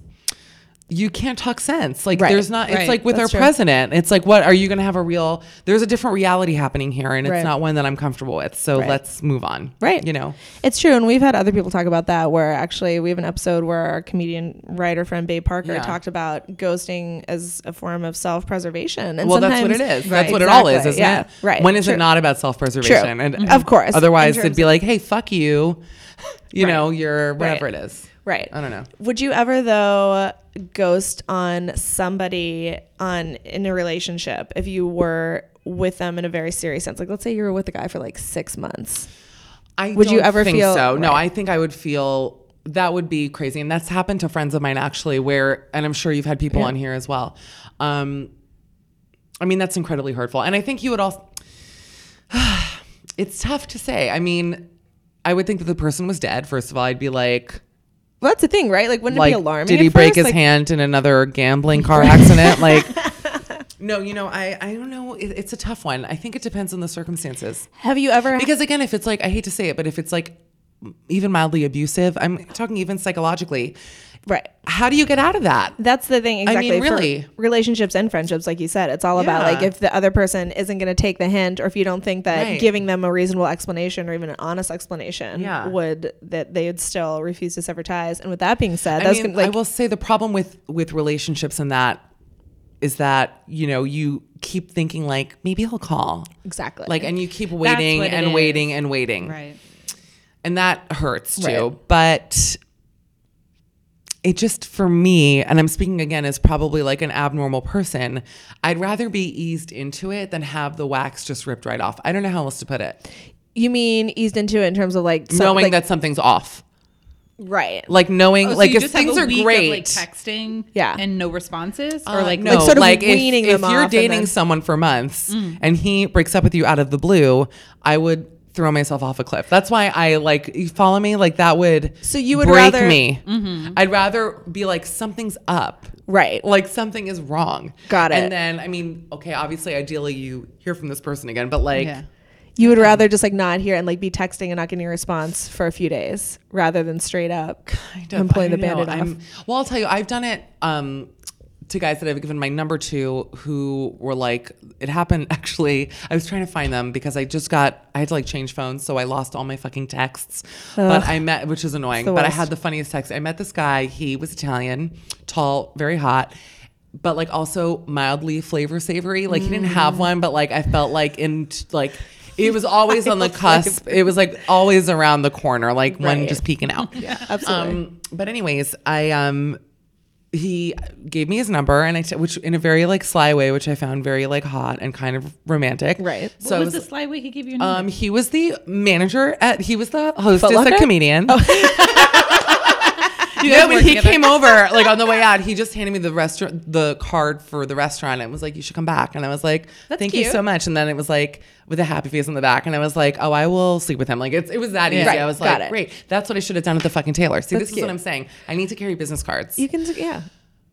you can't talk sense. Like Right. there's not. It's Right. like with That's our true. president. It's like what are you going to have a real? There's a different reality happening here, and it's Right. not one that I'm comfortable with. So Right. let's move on. Right. You know. It's true. And we've had other people talk about that where actually we have an episode where our comedian writer friend Babe Parker Yeah. talked about ghosting as a form of self preservation. And Well, that's what it sometimes- is. That's what it all is, Exactly. isn't yeah. it? Right. When is True. it not about self-preservation? True. Mhm. Of course. Otherwise, In it'd be like, "Hey, fuck you," <laughs> you know, you're whatever Right. it is. Right. I don't know. Would you ever though ghost on somebody on in a relationship if you were with them in a very serious sense? Like let's say you were with a guy for like six months. I Would you don't ever think feel- so? No, right. I think I would feel that would be crazy, and that's happened to friends of mine actually. Where, and I'm sure you've had people on here as well. Um, I mean, that's incredibly hurtful, and I think you would also. <sighs> it's tough to say. I mean, I would think that the person was dead. First of all, I'd be like, Well, that's the thing, right? Like wouldn't it like, be alarming? did he at break first? his Like, hand in another <laughs> gambling car accident? like. No, you know, I, I don't know. It, it's a tough one. I think it depends on the circumstances. Have you ever Because again, if it's like, I hate to say it, but if it's like even mildly abusive, I'm talking even psychologically, Right. how do you get out of that? That's the thing. I Exactly. mean, for really. relationships and friendships, like you said, it's all about Yeah. like if the other person isn't going to take the hint, or if you don't think that Right. giving them a reasonable explanation or even an honest explanation Yeah. would that they would still refuse to sever ties. And with that being said, I that's mean, gonna, like I will say the problem with with relationships and that is that you know you keep thinking like maybe he'll call, exactly like, and you keep waiting what it and is. waiting and waiting, Right. and that hurts too. But it just for me, and I'm speaking again as probably like an abnormal person, I'd rather be eased into it than have the wax just ripped right off. I don't know how else to put it. you mean eased into it in terms of like some- knowing like- that something's off. right. Like knowing, Oh, so like you if just have things a are week of, great, like texting, Yeah. and no responses, or like no, like, sort of if, weaning if them you're off and Mm. dating then- someone for months and he breaks up with you out of the blue, I would throw myself off a cliff. That's why I like you follow me like that would So you would break rather- Mm-hmm. me. I'd rather be like something's up. Right. Like something is wrong. Got it. And then I mean, okay, obviously ideally you hear from this person again, but like yeah. You would rather just like not hear and like be texting and not getting a response for a few days rather than straight up kind of- and pulling I the know, bandit I'm- off. Well, I'll tell you, I've done it um, to guys that I've given my number to who were like, it happened <laughs> actually. I was trying to find them because I just got, I had to like change phones. So I lost all my fucking texts. But I met, which is annoying, the but I worst. had the funniest text. I met this guy. He was Italian, tall, very hot. But like also mildly flavor savory. Like he didn't Mm. have one, but like I felt like in like it was always on the cusp. It was like always around the corner, like one Right. just peeking out. yeah. Absolutely. Um, but anyways, I um, he gave me his number, and I t- which in a very like sly way, which I found very like hot and kind of romantic. Right. So I what was- was the slide way he gave you? Your um, he was the manager at he was the hostess Locker? Oh. at comedian. <laughs> no, but he came over like on the way out. He just handed me the restaurant, the card for the restaurant, and was like, "You should come back." And I was like, "Thank you cute. so much." And then it was like with a happy face on the back, and I was like, "Oh, I will sleep with him." Like it's, it was that easy. Right, I was got like, it. "Great, that's what I should have done at the fucking tailor." See, That's this is cute. what I'm saying. I need to carry business cards. you can, yeah.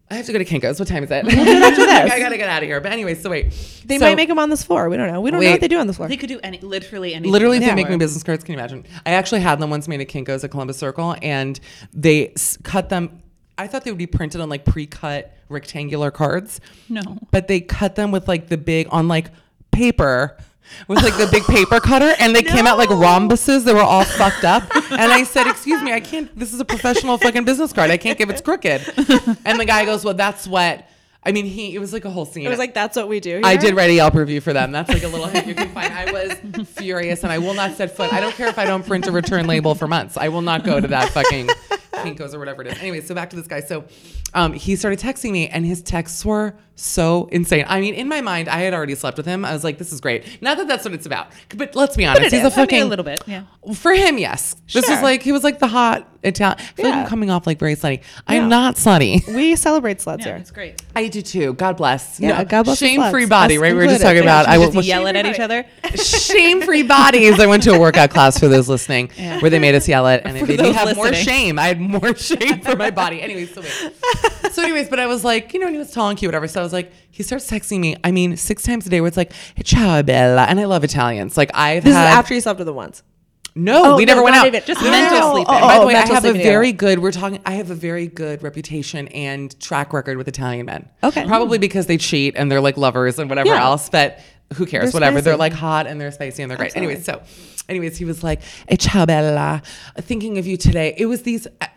I have to go to Kinko's. What time is it? after this. <laughs> I gotta get out of here. But anyway, so wait, They So- might make them on this floor. We don't know. We don't know what Wait. they do on this floor. they could do any, literally anything. Literally, if Yeah. they make me business cards. Can you imagine? I actually had them once made at Kinko's at Columbus Circle, and they s- cut them. I thought they would be printed on like pre-cut rectangular cards. No. but they cut them with like the big on like paper. With like <laughs> the big paper cutter, and they came out like rhombuses. They were all <laughs> fucked up, and I said, "Excuse me, I can't. This is a professional fucking business card. I can't give it's crooked." And the guy goes, "Well, that's what." I mean, he it was like a whole scene. it was like, that's what we do. I here? did write a Yelp review for them. That's like a little hint you can find. I was furious and I will not set foot. I don't care if I don't print a return label for months. I will not go to that fucking Kinko's or whatever it is. Anyway, so back to this guy. So um, he started texting me and his texts were so insane. I mean, in my mind, I had already slept with him. I was like, this is great. Not that that's what it's about, but let's be honest. But it He's is. a I mean, fucking a little bit. Yeah. for him, yes. This Sure. is like he was like the hot Italian. I feel like Yeah. I'm coming off like very slutty. No. I'm not slutty. We celebrate sluts Yeah, here. <laughs> it's great. I do too. God bless. Yeah, God bless the Shame free sluts. body, Us right? We were just included. talking Yeah, Uh, about. I will Just yelling at each other. shame free bodies. I went to a workout class for those listening where they made us yell it and it made me those have more listening. shame. I had more shame for my body. Anyways, so, wait. so anyways, but I was like, you know, and he was tall and cute, whatever. So I was like, he starts texting me, I mean, six times a day where it's like, ciao bella. And I love Italians. Like I've This had is after you slept with them once. no, Oh, we never no, went not out. even- just No, mental no, no. sleeping. Oh, By the way, I mental have a sleeping, yeah. very good. We're talking. I have a very good reputation and track record with Italian men. Okay. probably because they cheat and they're like lovers and whatever Yeah. else. But who cares? They're whatever. They're spicy. like hot and they're spicy and they're great. Anyways, so, anyways, he was like, "Hey, ciao bella, thinking of you today." It was these. I,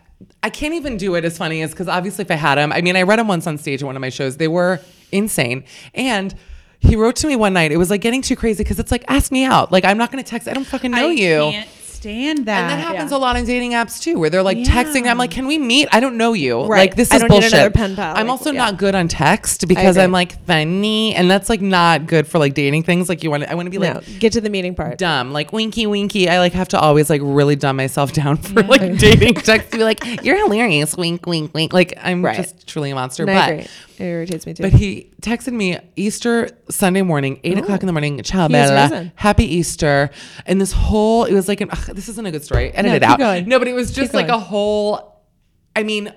I can't even do it as funny as because obviously if I had him, I mean, I read him once on stage at one of my shows. They were insane and. He wrote to me one night. It was like getting too crazy because it's like, ask me out. Like, I'm not going to text. I don't fucking know I you. can't stand that. And that happens yeah. a lot on dating apps too, where they're like texting. I'm like, can we meet? I don't know you. Right. Like this is I don't need bullshit. another pen pal. I'm Like, also yeah. not good on text because agree. I'm like funny, and that's like not good for like dating things. Like you want, I want to be like No, get to the meeting part. dumb, like winky winky. I like have to always like really dumb myself down for like dating text to be like, you're hilarious, wink wink wink. Like I'm Right. just truly a monster. No, but I agree. It irritates me too. but he texted me Easter Sunday morning, eight o'clock in the morning. Ciao, He was Bella. risen. Happy Easter. And this whole, it was like an, ugh, this isn't a good story. Edit No, it keep out. going. No, but it was just like a going. whole, I mean,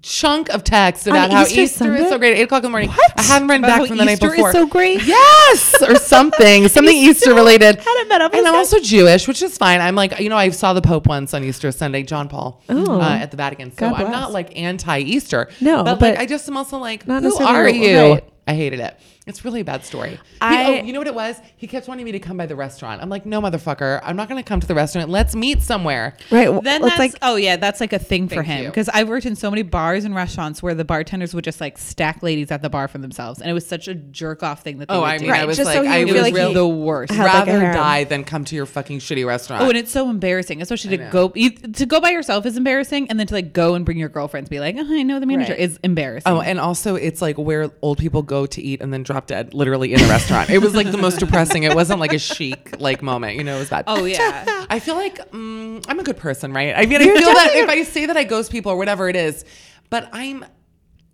chunk of text about On how Easter Easter, Sunday? is so great. Eight o'clock in the morning. What? I hadn't run About back how from the Easter night is before. so great? Yes, or <laughs> something, something Easter related. hadn't met up with And I'm him. also Jewish, which is fine. I'm like, you know, I saw the Pope once on Easter Sunday, John Paul, uh, at the Vatican. So God I'm bless. not like anti-Easter. No, but, but- like I just am also like, Not who necessarily are right. you? Right. I hated it. It's really a bad story. He- I- oh, you know what it was? He kept wanting me to come by the restaurant. I'm like, no, motherfucker. I'm not going to come to the restaurant. Let's meet somewhere. right. Well, Then it's that's like oh yeah, that's like a thing for Thank him you. because I've worked in so many bars and restaurants where the bartenders would just like stack ladies at the bar for themselves, and it was such a jerk off thing that they Oh, would I do. mean, I Right, was just like, so he I would was feel like really he the worst. had, like, a Rather harem. die than come to your fucking shitty restaurant. Oh, and it's so embarrassing, especially to go you- to go by yourself is embarrassing, and then to like go and bring your girlfriends, be like, oh, I know the manager Right. is embarrassing. Oh, and also it's like where old people go to eat and then drop dead literally in a restaurant. It was like the most depressing. It wasn't like a chic like moment. You know, it was bad. oh <laughs> yeah, I feel like mm, I'm a good person, right? I mean, I feel that if I say that I ghost people or whatever it is, but I'm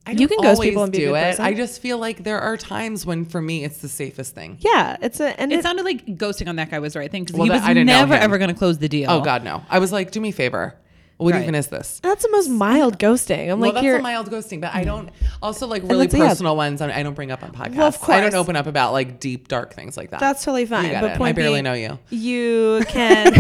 I You don't can ghost always people and be a do good it. person. I just feel like there are times when, for me, it's the safest thing. Yeah, it's a and It it- sounded like ghosting on that guy was the right thing because Well, he that- was I didn't know never him. ever going to close the deal. Oh God, no! I was like, do me a favor. What Right. even is this? that's the most mild ghosting. I'm Well, like that's a you're Mm. mild ghosting, but I don't. Also, like really that's- yeah. personal ones, I I don't bring up on podcasts. Well, of I don't course. open up about like deep, dark things like that. that's totally fine. got but it. I point barely being, know you. <laughs> You can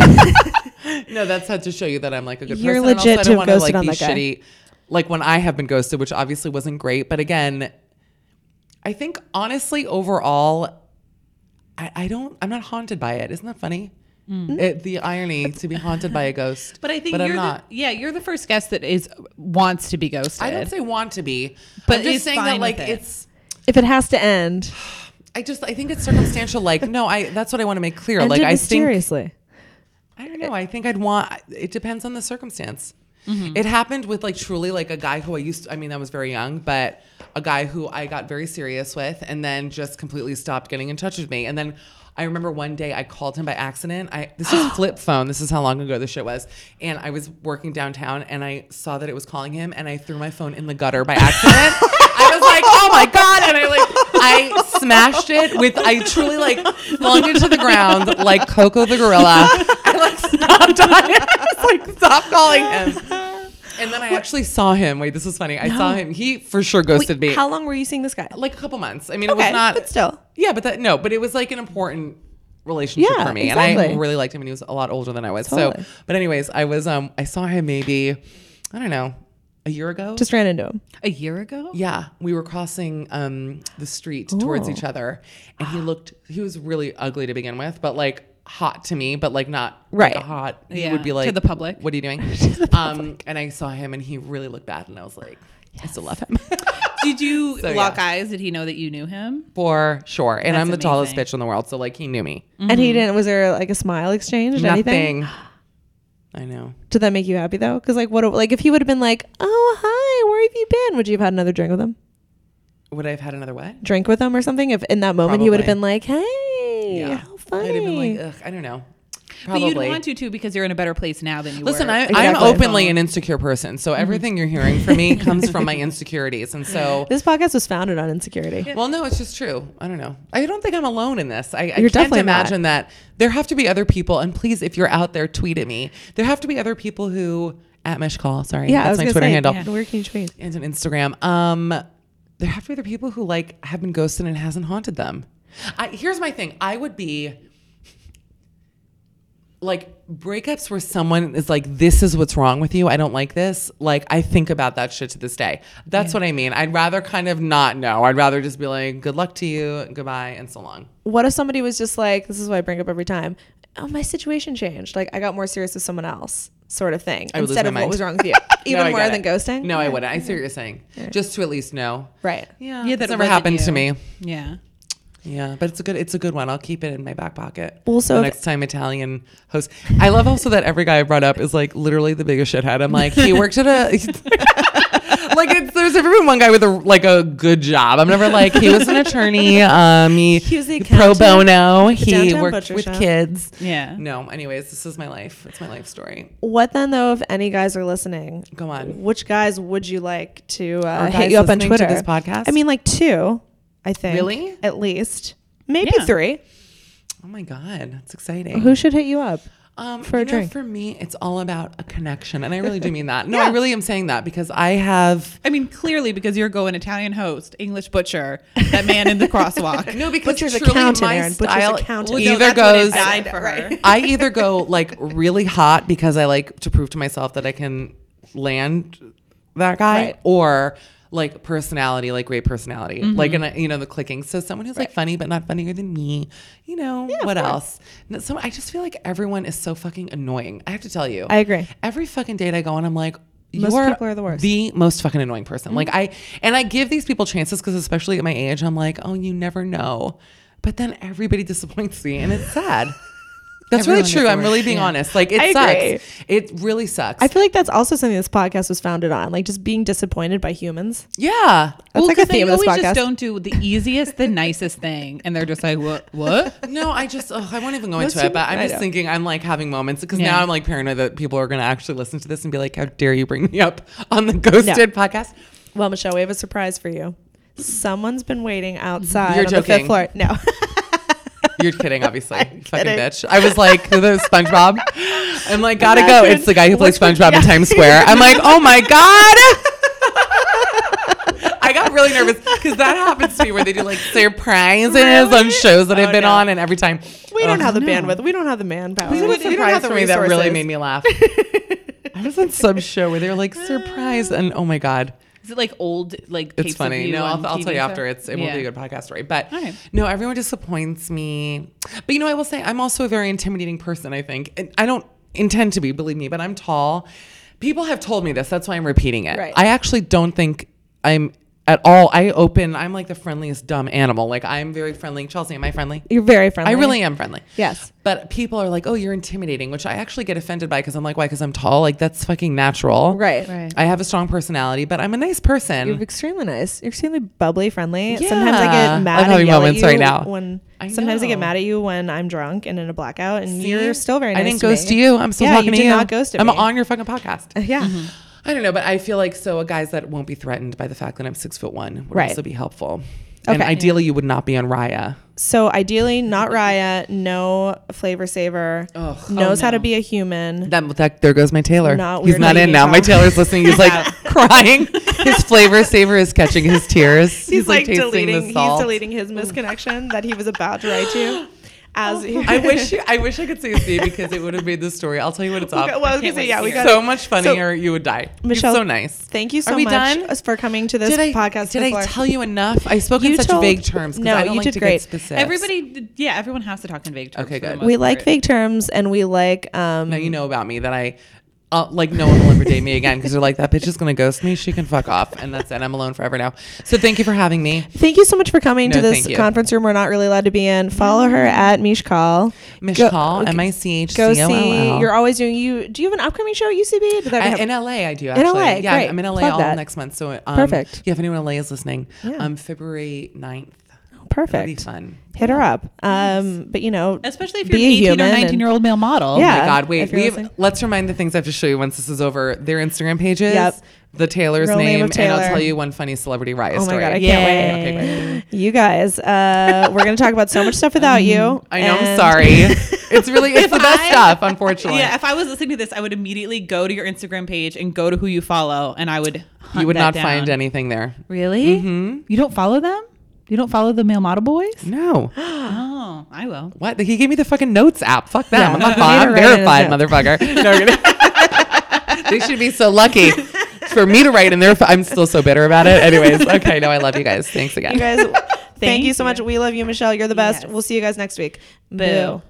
No, that's had to show you that I'm like a good You're person. legit and also, I to have don't wanna, ghosted like, on be that guy. shitty. Like when I have been ghosted, which obviously wasn't great. But again, I think honestly, overall, I, I don't. I'm not haunted by it. Isn't that funny? Mm. It, the irony to be haunted by a ghost. But I think but you're I'm the, not. yeah, you're the first guest that is wants to be ghosted. I don't say want to be. But But I'm just it's saying fine that with like it. it's. if it has to end. I just I think it's circumstantial. Like no, I that's what I want to make clear. End Like it I think mysteriously. I don't know. I think I'd want. It depends on the circumstance. It happened with like truly like a guy who I used. to, I mean, I was very young, but a guy who I got very serious with, and then just completely stopped getting in touch with me. And then I remember one day I called him by accident. I this is flip phone. This is how long ago this shit was. And I was working downtown, and I saw that it was calling him, and I threw my phone in the gutter by accident. I was like, oh my god, and I like I smashed it with I truly like flung it to the ground like Coco the gorilla. I like stopped on it. <laughs> I was like, stop calling him. And then I actually saw him. Wait, this is funny. I saw him. He for sure ghosted me. How long were you seeing this guy? like a couple months. I mean, it Okay, was not. but still. Yeah, but that no, but it was like an important relationship Yeah, for me, and I exactly. really liked him, and he was a lot older than I was. Totally. So, but anyways, I was um, I saw him maybe, I don't know, a year ago. Just ran into him. a year ago. Yeah, we were crossing um, the street towards Ooh. each other, and he looked. He was really ugly to begin with, but like hot to me, but like not like, Right. hot. He Yeah, would be to like the public. What are you <laughs> doing? um, and I saw him, and he really looked bad, and I was like, I still love him Did you <laughs> So, lock yeah. eyes? Did he know that you knew him? for sure. And I'm the That's tallest amazing. bitch in the world, so like he knew me. And he didn't. Was there like a smile exchange? Anything? Mm-hmm. Nothing. I know. Did that make you happy though? Because like, what? Like, if he would have been like, "Oh, hi, where have you been?" Would you have had another drink with him? Would I have had another what? Drink with him or something? If in that moment he would have Probably. been like, "Hey, how funny." I'd have been like, uh, Ugh, I don't know. Probably. But you'd want to too because you're in a better place now than you Listen, were. I, I'm Exactly. openly an insecure person, so everything you're hearing <laughs> from me comes from my insecurities, and so this podcast was founded on insecurity. Well, no, it's just true. I don't know. I don't think I'm alone in this. I, I You're can't definitely not. imagine that there have to be other people. And please, if you're out there, tweet at me. There have to be other people who at Mish Call. Sorry, Yeah, I was that's my gonna Twitter say, handle yeah, Where can you tweet? and an Instagram. Um, there have to be other people who like have been ghosted and it hasn't haunted them. I, here's my thing. I would be like breakups where someone is like, "This is what's wrong with you. I don't like this." Like I think about that shit to this day. That's what I mean. I'd rather kind of not know. I'd rather just be like, "Good luck to you. Goodbye, and so long." What if somebody was just like, "This is what I bring up every time." Oh, my situation changed. Like, I got more serious with someone else, sort of thing. I would lose instead my of mind. what was wrong <laughs> with you, No, even I more get than it. ghosting. No, I wouldn't. I see what you're saying. Just to at least know. Right. Yeah, yeah, that's that it never wasn't happened to you. me. Yeah. Yeah, but it's a good it's a good one. I'll keep it in my back pocket. Also, the if- next time Italian host, I love also that every guy I brought up is like literally the biggest shithead. I'm like, he worked at a <laughs> like it's, there's ever been one guy with a like a good job. I'm never like he was an attorney. Um, he, He was the pro accountant bono. the He downtown worked butcher with shop. kids. Yeah. No, anyways, this is my life. It's my life story. What then, though, if any guys are listening? Go on. Which guys would you like to uh, Are hit guys you up on listening to Twitter? this podcast? I mean, like two, I think. Really? At least. Maybe Yeah. three. Oh my god, that's exciting. Who should hit you up? Um, for a you know, drink. for me, it's all about a connection, and I really do mean that. No, I Yeah. really am saying that because I have. I mean, clearly because you're going Italian host, English butcher, that man <laughs> in the crosswalk. No, because Butcher's truly accountant, my Aaron. Butcher's style accountant. Well, no, either that's when it goes. died <laughs> for her. I either go like really hot because I like to prove to myself that I can land that guy, Right. Mm-hmm. or like personality, like great personality, like and I- you know the clicking. So someone who's like funny but not funnier than me, you know what else? No, so I just feel like everyone is so fucking annoying. I have to tell you, I agree. Every fucking date I go on, I'm like. Most You're people are the worst. Mm-hmm. the most fucking annoying person. Like I and I give these people chances because especially at my age, I'm like, oh, you never know. But then everybody disappoints me, and it's sad. That's Everyone really true. gets I'm worse, really being yeah. honest. Like it I sucks. agree. It really sucks. I feel like that's also something this podcast was founded on, like just being disappointed by humans. yeah. That's like a 'cause they theme of this always podcast. just don't do the easiest, the nicest thing, and they're just like, <laughs> "What? What?" No, I just ugh, I won't even go Most into it. people- But I'm I just know. thinking I'm like having moments because Yeah. now I'm like paranoid that people are going to actually listen to this and be like, "How dare you bring me up on the <laughs> Ghosted podcast?" Well, Michelle, we have a surprise for you. Someone's been waiting outside You're on the fifth joking. floor. No. <laughs> You're kidding, obviously. You Fucking kidding. bitch. I was like, the SpongeBob. I'm like, gotta go. Imagine It's the guy who plays which one- SpongeBob yeah. in Times Square. I'm like, <laughs> oh my god. I got really nervous because that happens to me where they do like surprises on shows that Oh, I've been no. on, and every time We don't Ugh. have the no. bandwidth. We don't have the manpower. There was Oh, We a surprise for me that really made <laughs> me laugh. I was on some show where they were like surprise, and oh my god. Is it like old like? It's tapes of funny. you No, on I'll, I'll TV tell you stuff? after. It's it Yeah. won't be a good podcast story, but All right. no, everyone disappoints me. But you know, I will say I'm also a very intimidating person. I think, and I don't intend to be, believe me, but I'm tall. People have told me this. That's why I'm repeating it. Right. I actually don't think I'm at all. I open. I'm like the friendliest dumb animal. Like I'm very friendly. Chelsea, am I friendly? You're very friendly. I really am friendly. Yes. But people are like, oh, you're intimidating, which I actually get offended by because I'm like, why? Because I'm tall. Like, that's fucking natural. Right. Right. I have a strong personality, but I'm a nice person. You're extremely nice. You're extremely bubbly, friendly. Sometimes I Mm. Yeah. get mad I'm and having yell moments at you right now. when. I sometimes I get know. mad at you when I'm drunk and in a blackout, and See? you're still very nice. I didn't to ghost me. to you. I'm still Yeah, talking you to did you. not ghost I'm me. Uh, on Mm-hmm. your fucking podcast. Yeah. I don't know, but I feel like so guys that won't be threatened by the fact that I'm six foot one would Right. also be helpful. Okay. And ideally, you would not be on Raya. So ideally, not Raya, no flavor saver, Ugh. Oh, knows how to be a human. That, that there goes my Taylor. Not He's weird not lady in now. My talk. Taylor's listening. <laughs> He's like crying. His flavor saver is catching his tears. He's, he's deleting his misconnection that he was about to write to <gasps> you. As he- <laughs> I wish you, I wish I could say his name because it would have made the story. I'll tell you what it's well, up. I was gonna say, yeah, we got so much funnier. you would die. Michelle, Michelle, so nice. Thank you so Are we much done? for coming to this did I, podcast. Did before. I tell you enough? I spoke in You such told- vague terms. 'cause No, I don't you like did to great. Get specifics. Everybody, yeah, everyone has to talk in vague terms. Okay, for the good. most we like part. vague terms and we like um now you know about me that I. Uh, like no one will ever date me again because they're like that bitch is gonna ghost me. She can fuck off, and that's it. I'm alone forever now. So thank you for having me, Thank you so much for coming No, to this thank you. conference room we're not really allowed to be in. Follow Mm. her at Mishkal. Mish Go- Call. M I C H C Go O L see. L. You're always doing you. Do you have an upcoming show at UCB? Did that I, have- in LA, I do actually. LA, yeah, great. I'm in LA Plug all that. next month. So um, Perfect. Yeah, if anyone in LA is listening, Yeah. um, February 9th. That'll be Perfect. fun. Hit her up. Um, but you know, especially if be you're an a 18 or human and- 19 year old male model. Yeah. my God, if wait. you're We've, listening. let's remind the things I have to show you once this is over. Their Instagram pages, Yep. the Taylor's Real name name, of and Taylor. I'll tell you one funny celebrity riot Oh my story. God, I Yay. can't wait. you guys, uh, we're gonna talk about so much stuff without you. <laughs> I know. I'm and- sorry. <laughs> it's really it's the best I- stuff, unfortunately. Yeah, if I was listening to this, I would immediately go to your Instagram page and go to who you follow, and I would. Hunt you would that not down. find anything there. Really? Mm-hmm. You don't follow them? You don't follow the male model <gasps> boys? No. Oh, I will. What? He gave me the fucking notes app. Fuck them. Yeah. <laughs> I'm not You need to I'm write in verified, his <laughs> motherfucker. No, I'm kidding. <laughs> they should be so lucky for me to write in their. I'm still so bitter about it. Anyways, okay. No, I love you guys. Thanks again. <laughs> You guys, thank, Thank you so you. much. We love you, Michelle. You're the best. Yes. We'll see you guys next week. Boo.